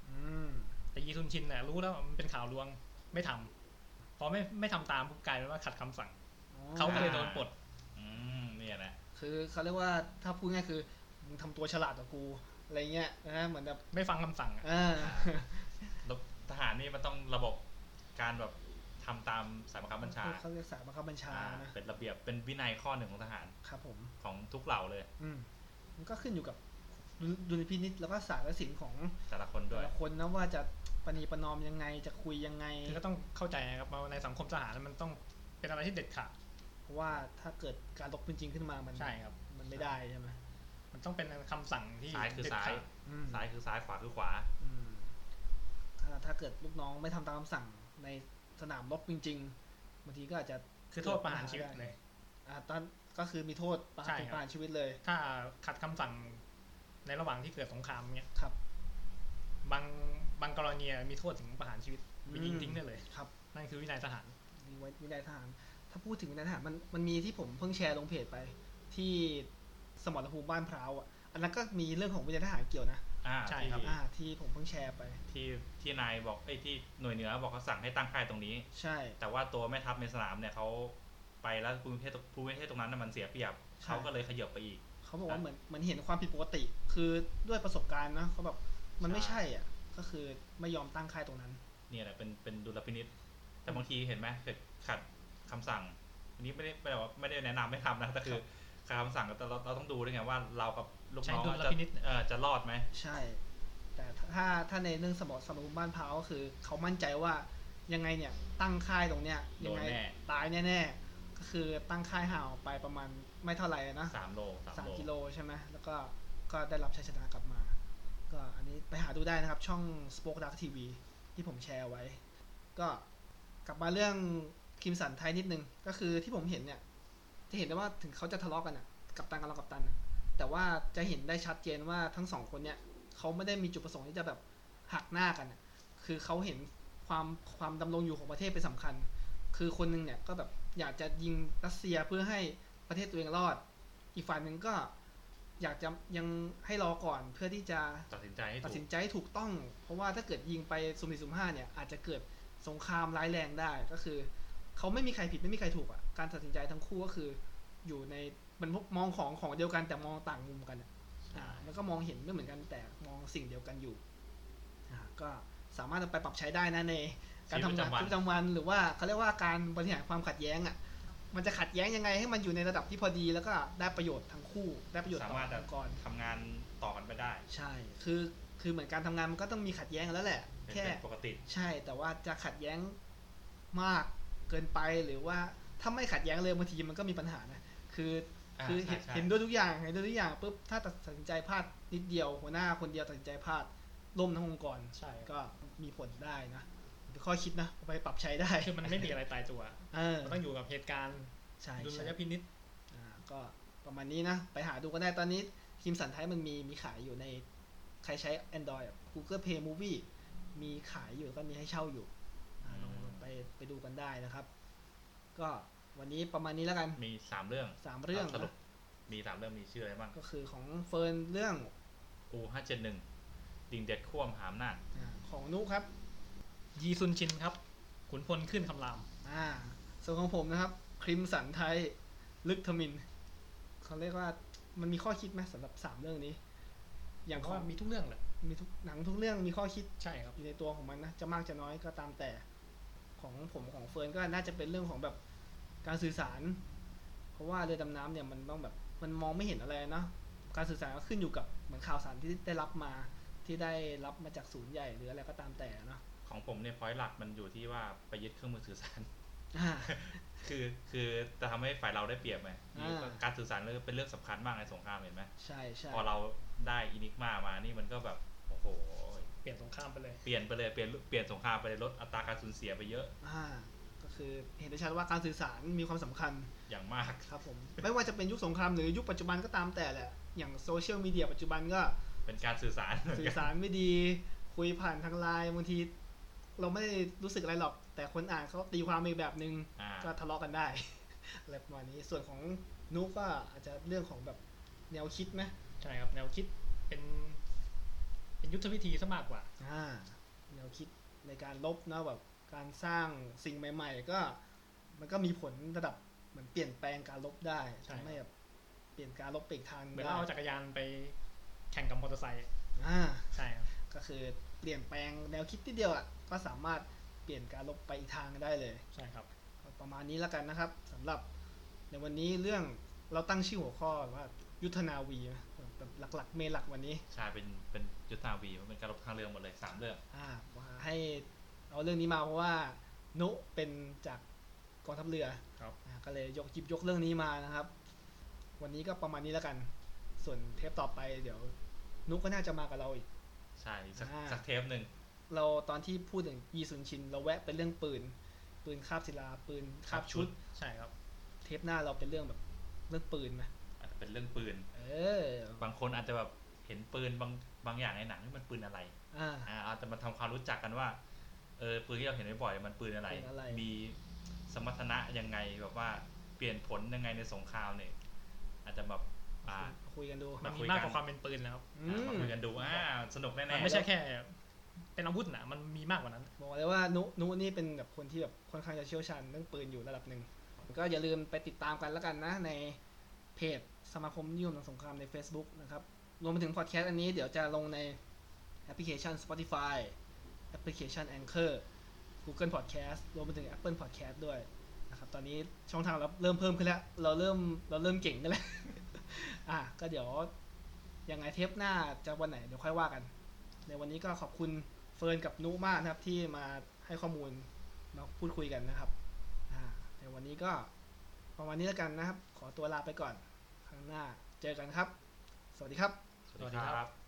[SPEAKER 1] อืม
[SPEAKER 3] แต่ยีซุนชินน่ะรู้แล้วว่ามันเป็นข่าวลวงไม่ทำพอไม่ไม่ทำตามปุ๊บกลายเป็นว่าขัดคำสั่ง เขาก็เลยโดนปลด
[SPEAKER 2] อืมเนี่ยนะ
[SPEAKER 1] คือเขาเรียกว่าถ้าพูดง่ายคือมึงทำตัวฉลาดกว่ากูอะไรเงี้ยนะเหมือนแบบ
[SPEAKER 3] ไม่ฟังคำสั่งอะ
[SPEAKER 1] เออ
[SPEAKER 2] แล้วทหารนี่มันต้องระบบการแบบทำตามสายบังคับบัญชา
[SPEAKER 1] เขาเรียกสายบังคับบัญชา
[SPEAKER 2] อ่า
[SPEAKER 1] นะ
[SPEAKER 2] เป็นระเบียบเป็นวินัยข้อหนึ่งของทหาร
[SPEAKER 1] ครับผม
[SPEAKER 2] ของทุกเหล่าเลย
[SPEAKER 1] อืมมันก็ขึ้นอยู่กับ ดุลพินิจแล้วก็ศาสตร์และศิลป์ของ
[SPEAKER 2] แต่ละคน
[SPEAKER 1] แต่
[SPEAKER 2] ด้วย
[SPEAKER 1] ละคนนะว่าจะประนีประนอมยังไงจะคุยยังไง
[SPEAKER 3] คือก็ต้องเข้าใจนะครับว่าในสังคมทหารมันต้องเป็นอะไรที่เด็ดขาด
[SPEAKER 1] เพราะว่าถ้าเกิดการรบจริงๆขึ้นมามัน
[SPEAKER 3] ใช่ครับ
[SPEAKER 1] มันไม่ได้ใช่ไหม
[SPEAKER 3] มันต้องเป็นคำสั่งที่
[SPEAKER 2] ซ้ายคือ
[SPEAKER 3] เด็ด
[SPEAKER 2] ซ้าย
[SPEAKER 3] ขาด
[SPEAKER 1] อืม
[SPEAKER 2] ซ้ายคือซ้ายขวาคือขวา
[SPEAKER 1] อืมถ้าถ้าเกิดลูกน้องไม่ทำตามคำสั่งในสนามรบจริงๆบางทีก็อาจจะ
[SPEAKER 3] คือโทษประหารชีวิตเลย
[SPEAKER 1] อ่าตอนก็คือมีโทษประหาร
[SPEAKER 3] ใช่
[SPEAKER 1] ถึง
[SPEAKER 3] ครับ
[SPEAKER 1] ประหารชีวิตเลย
[SPEAKER 3] ถ้าขัดคำสั่งในระหว่างที่เกิดสงครามเนี่ย
[SPEAKER 1] ครับ
[SPEAKER 3] บางบางกรณีมีโทษถึงประหารชีวิตไปยิงทิ้งได้เลย
[SPEAKER 1] ครับ
[SPEAKER 3] นั่นคือวินัยทหาร
[SPEAKER 1] มีไว้วินัยทหาร ถ้าพูดถึงวินัยทหารมันมันมีที่ผมเพิ่งแชร์ลงเพจไป ที่สมรภูมิบ้านพร้าวอ่ะอันนั้นก็มีเรื่องของวินัยทหารเกี่ยวนะ
[SPEAKER 2] อ่า
[SPEAKER 3] ใช่
[SPEAKER 2] ที่
[SPEAKER 3] ครับ
[SPEAKER 1] อ่า ที่ผมเพิ่งแชร์ไป
[SPEAKER 2] ที่ที่นายบอกไอ้ยที่หน่วยเหนือบอกเขาสั่งให้ตั้งค่ายตรงนี้
[SPEAKER 1] ใช่
[SPEAKER 2] แต่ว่าตัวแม่ทัพในสนามเนี่ยเขาไปแล้วภูมิประเทศภูมิประเทศตรงนั้นน่ะมันเสียเปรียบเขาก็เลยขยับไปอีก
[SPEAKER 1] เขาบอกว่าเหมือนเหมือนเห็นความผิดปกติ คือด้วยประสบการณ์นะเขาแบบมันไม่ใช่อ่ะก็คือไม่ยอมตั้งค่ายตรงนั้น
[SPEAKER 2] เนี่ยแหละเป็นเป็นดุลพินิษแต่บางทีเห็นไหมเกิดขัดคำสั่ง อันนี้ไม่ได้ไม่ได้ว่าไม่ได้แนะนำไม่ทำนะแต่คือขัดคำสั่งแต่เราเราต้องดูด้วยไงว่าเรากับลูกน้อง
[SPEAKER 3] ใช้ดุล
[SPEAKER 2] จะ
[SPEAKER 3] พินิจ
[SPEAKER 2] เอ่อจะรอดไหม
[SPEAKER 1] ใช่ แต่ถ้าถ้าในเรื่องสมองสมองบ้านพร้าวก็คือเขามั่นใจว่ายังไงเนี่ยตั้งค่ายตรงเนี้ย
[SPEAKER 2] โด
[SPEAKER 1] ยัง
[SPEAKER 2] น
[SPEAKER 1] ไง
[SPEAKER 2] แน่
[SPEAKER 1] ตายแน่ๆก็คือตั้งค่ายห่างออกไปประมาณไม่เท่าไหร่นะ
[SPEAKER 2] สามโลสาม
[SPEAKER 1] สาม
[SPEAKER 2] โล
[SPEAKER 1] กิโลใช่ไหมแล้วก็ก็ได้รับชัยชนะกลับมา ก็อันนี้ไปหาดูได้นะครับ ช่อง Spoke Dark TV ที่ผมแชร์ไว้ ก็กลับมาเรื่องคิมสันไทยนิดนึง ก็คือที่ผมเห็นเนี่ย จะเห็นได้ว่าถึงเขาจะทะเลาะกันอ่ะ กับตันกับรองกับตันอ่ะ แต่ว่าจะเห็นได้ชัดเจนว่าทั้งสองคนเนี่ยเขาไม่ได้มีจุดประสงค์ที่จะแบบหักหน้ากันอะคือเขาเห็นความความดำรงอยู่ของประเทศเป็นสำคัญ คือคนหนึงเนี่ยก็แบบอยากจะยิงรัสเซียเพื่อให้ประเทศตัวเองรอด อีกฝ่ายหนึ่งก็อยากจะยังให้รอก่อนเพื่อที่จะ
[SPEAKER 2] ตัดสินใจให้
[SPEAKER 1] ตัด
[SPEAKER 2] ถู
[SPEAKER 1] สิ
[SPEAKER 2] ก
[SPEAKER 1] นใจให้ถูกต้อง เพราะว่าถ้าเกิดยิงไปสุ่มสี่สุ่มห้าเนี่ยอาจจะเกิดสงครามร้ายแรงได้ก็คือ เขาไม่มีใครผิดไม่มีใครถูกอ่ะการตัดสินใจทั้งคู่ก็คือ อยู่ในมันมองของของเดียวกันแต่มองต่างมุมกันอะอ่าแล้วก็มองเห็นไม่เหมือนกันแต่มองสิ่งเดียวกันอยู่อ่าก็สามารถเอาไปปรับใช้ได้นะในการทำงาน
[SPEAKER 2] ชี
[SPEAKER 1] ชีวิต
[SPEAKER 2] วิตป
[SPEAKER 1] ประ
[SPEAKER 2] จำวัน
[SPEAKER 1] ระจำวันหรือว่าเขาเรียกว่าการบริหารความขัดแย้งอ่ะมันจะขัดแย้งยังไงให้มันอยู่ในระดับที่พอดี แล้วก็ได้ประโยชน์ทั้งคู่ ได้ประโยชน์
[SPEAKER 2] สา
[SPEAKER 1] ต่อ
[SPEAKER 2] มารถจะ
[SPEAKER 1] องค์กร
[SPEAKER 2] ทำงานต่อกันไปได้
[SPEAKER 1] ใช่ คือ คือเหมือนการทำงานมันก็ต้องมีขัดแย้งกันแล้วแหละ
[SPEAKER 2] เป็น
[SPEAKER 1] แค่
[SPEAKER 2] เป็นปกติ
[SPEAKER 1] ใช่ แต่ว่าจะขัดแย้งมากเกินไปหรือว่าถ้าไม่ขัดแย้งเลยบางทีมันก็มีปัญหานะ คือ
[SPEAKER 2] า
[SPEAKER 1] คือเห็น
[SPEAKER 2] ใช่
[SPEAKER 1] เห็นด้วยทุกอย่างเห็นด้วยทุกอย่างปุ๊บ ถ้าตัดสินใจพลาดนิดเดียวหัวหน้าคนเดียวตัดสินใจพลาดล่มทั้งองค์กร
[SPEAKER 3] ใช่
[SPEAKER 1] ก็มีผลได้นะเป็นข้อคิดนะเอาไปปรับใช้ได้
[SPEAKER 3] คือมันไม่มีอะไรตายตัว
[SPEAKER 1] เออ
[SPEAKER 3] มันต้องอยู่กับเหตุการณ์
[SPEAKER 1] ใช่
[SPEAKER 3] ดุล
[SPEAKER 1] ใช่
[SPEAKER 3] ยพินิษ
[SPEAKER 1] อ่าก็ประมาณนี้นะ ไปหาดูกันได้ตอนนี้ทีมสันไทยมันมีมีขายอยู่ใน ใครใช้ Android อะ Google Play Movie มีขายอยู่แล้วก็มีให้เช่าอยู่อ่าลองลองไปไปดูกันได้นะครับ ก็วันนี้ประมาณนี้แล้วกัน
[SPEAKER 2] มีสามเรื่อง
[SPEAKER 1] สามเรื่อง
[SPEAKER 2] าสรุป
[SPEAKER 1] นะ
[SPEAKER 2] มีสามเรื่องมีชื่ออะไรบ้าง
[SPEAKER 1] ก็คือของเฟิร์นเรื่อง
[SPEAKER 2] อูห้าเจ็ดหนึ่งดิ่งเด็ดข่วมหามนาจ
[SPEAKER 1] อาของนุครับ
[SPEAKER 3] ยีซุนชินครับ ขุนพลขึ้นคำราม
[SPEAKER 1] อ่าส่วนของผมนะครับคริมสันไทยลึกทมินเขาเรียกว่ามันมีข้อคิดไหมสำหรับสามเรื่องนี้ อ
[SPEAKER 3] อ
[SPEAKER 1] า
[SPEAKER 3] ย่ย่าง
[SPEAKER 1] ง
[SPEAKER 3] เพ
[SPEAKER 1] ข
[SPEAKER 3] ราะ
[SPEAKER 1] อง
[SPEAKER 3] ว่ามีทุกเรื่องแหละ
[SPEAKER 1] มีทุกหนังทุกเรื่องมีข้อคิด
[SPEAKER 3] ใช่ครับ
[SPEAKER 1] อยู่ในตัวของมันนะจะมากจะน้อยก็ตามแต่ของผมของเฟิร์นก็น่าจะเป็นเรื่องของแบบการสื่อสาร เพราะว่าเรือดำน้ำเนี่ยมันต้องแบบมันมองไม่เห็นอะไรเนาะการสื่อสารก็ขึ้นอยู่กับเหมือนข่าวสารที่ได้รับมาที่ได้รับมาจากศูนย์ใหญ่หรืออะไรก็ตามแต่เนาะ
[SPEAKER 2] ของผมเนี่ยพอยหลักมันอยู่ที่ว่าไปยึดเครื่องมือสื่อสาร <laughs>
[SPEAKER 1] อ่า
[SPEAKER 2] คือคือจะทำให้ฝ่ายเราได้เปรียบไหม
[SPEAKER 1] อ่า
[SPEAKER 2] การสื่อสารเรื่องเป็นเรื่องสำคัญมากในสงครามเห็นไหม
[SPEAKER 1] ใช่ใช่
[SPEAKER 2] พอเราได้อินิกมามานี่มันก็แบบโอ้โห
[SPEAKER 3] เปลี่ยนสงครามไปเลย
[SPEAKER 2] เปลี่ยนไปเลยเปลี่ยนเปลี่ยนสงครามไปเลยลดอัตราการสูญเสียไปเยอะ
[SPEAKER 1] อ่าก็คือเห็นได้ชัดว่าการสื่อสารมีความสำคัญ
[SPEAKER 2] อย่างมาก
[SPEAKER 1] ครับผมไม่ว่าจะเป็นยุคสงครามหรือยุคปัจจุบันก็ตามแต่แหละอย่างโซเชียลมีเดียปัจจุบันก็
[SPEAKER 2] เป็นการสื่อ
[SPEAKER 1] <laughs>
[SPEAKER 2] สารเหมือน
[SPEAKER 1] สื่อ
[SPEAKER 2] กัน
[SPEAKER 1] สารไม่ดี คุยผ่านทางไลน์บางที เราไม่ได้รู้สึกอะไรหรอก แต่คนอ่านเขาตีความอีกแบบนึง
[SPEAKER 2] อ่า
[SPEAKER 1] ก็ทะเลาะกันได้ <laughs> อะไรประมาณนี้ส่วนของนุกก็อาจจะเรื่องของแบบแนวคิดไหม
[SPEAKER 3] ใช่ครับ แนวคิดเป็น เป็นยุทธวิธีซะมากกว่า
[SPEAKER 1] อ่าแนวคิดในการลบเนอะแบบการสร้างสิ่งใหม่ ๆ ก็ มันก็มีผลระดับเหมือนเปลี่ยนแปลงการลบได้
[SPEAKER 3] ใช่ครับ
[SPEAKER 1] ทำให้แบบเปลี่ยนการลบไปอีกทาง
[SPEAKER 3] เหมือน
[SPEAKER 1] ได้
[SPEAKER 3] เราเอาจักรยานไปแข่งกับมอเตอร์ไซค์
[SPEAKER 1] อ่า
[SPEAKER 3] ใช่ครับ
[SPEAKER 1] ก็คือเปลี่ยนแปลงแนวคิดทีเดียวอ่ะก็สามารถเปลี่ยนการลบไปอีกทางได้เลย
[SPEAKER 3] ใช่ครับ
[SPEAKER 1] ก็ประมาณนี้แล้วกันนะครับสำหรับในวันนี้เรื่องเราตั้งชื่อหัวข้อว่ายุทธนาวีนะ แบบหลักๆ เมนหลักวันนี้
[SPEAKER 2] ใช่เป็นเป็นยุทธนาวีมันเป็นการรบทางเรือหมดเลยสามเรื่อง
[SPEAKER 1] อ่าให้เอาเรื่องนี้มาเพราะว่า นุเป็นจากกองทัพเรือ
[SPEAKER 3] ครับ
[SPEAKER 1] อ่าก็เลยยกหยิบยกเรื่องนี้มานะครับ วันนี้ก็ประมาณนี้แล้วกัน ส่วนเทปต่อไปเดี๋ยว นุก็น่าจะมากับเราอีก
[SPEAKER 2] ใช่อีกสัก
[SPEAKER 1] อ่า
[SPEAKER 2] สักเทปหนึ่ง
[SPEAKER 1] เราตอนที่พูดถึงยีซุนชิน เราแวะไปเรื่องปืน ปืนคาบศิลาปืนคาบชุด
[SPEAKER 3] ใช่ครับ
[SPEAKER 1] เทปหน้าเราเป็นเรื่องแบบเรื่องปืนนะ
[SPEAKER 2] อาจจะเป็นเรื่องปืน
[SPEAKER 1] เออบ
[SPEAKER 2] างคนอาจจะแบบเห็นปืนบางบางอย่างในหนังที่มันปืนอะไร
[SPEAKER 1] อ่า
[SPEAKER 2] อ่าอาจจะมาทำความรู้จักกันว่า เออปืนที่เราเห็นบ่อยๆมันปืนอะไร
[SPEAKER 1] ปืนอะไร
[SPEAKER 2] มีสมรรถนะยังไงแบบว่าเปลี่ยนผลยังไงในสงครามเนี่ย อาจจะแบบอ่า
[SPEAKER 1] คุยกันดู
[SPEAKER 2] มั
[SPEAKER 3] มัน
[SPEAKER 2] มาคุ
[SPEAKER 3] มี
[SPEAKER 2] ย
[SPEAKER 3] มาก
[SPEAKER 2] กัน
[SPEAKER 3] กว่าความเป็นปืนนะครับ
[SPEAKER 1] อื
[SPEAKER 2] อ่าม มาคุยกันดูอ่าสนุกแน่
[SPEAKER 3] มัน
[SPEAKER 2] ๆ
[SPEAKER 3] ไม่ใช่แค่ เป็นอาวุธนะมันมีมากกว่านั้น
[SPEAKER 1] บอกเลยว่านุนุนี่เป็นแบบคนที่แบบค่อนข้างจะเชี่ยวชาญเรื่องปืนอยู่ระดับหนึ่งก็อย่าลืมไปติดตามกันแล้วกันนะในเพจสมาคมนิยมหนังสงครามใน Facebook นะครับรวมไปถึงพอดแคสต์อันนี้เดี๋ยวจะลงในแอปพลิเคชัน Spotify แอปพลิเคชัน Anchor Google Podcast รวมไปถึง Apple Podcast ด้วยนะครับตอนนี้ช่องทางเราเริ่มเพิ่มขึ้นแล้ว เราเริ่มเราเริ่มเก่งกันแล้ว <laughs> อ่ะก็เดี๋ยวยังไงเทปหน้าจะวันไหนเดี๋ยวค่อยว่ากัน ในวันนี้ก็ขอบคุณเฟิร์นกับนุมากนะครับที่มาให้ข้อมูลมาพูดคุยกันนะครับอ่าในวันนี้ก็ประมาณนี้แล้วกันนะครับ ขอตัวลาไปก่อนครั้งหน้าเจอกันครับ สวัสดีครับ
[SPEAKER 2] สวัสดีครับ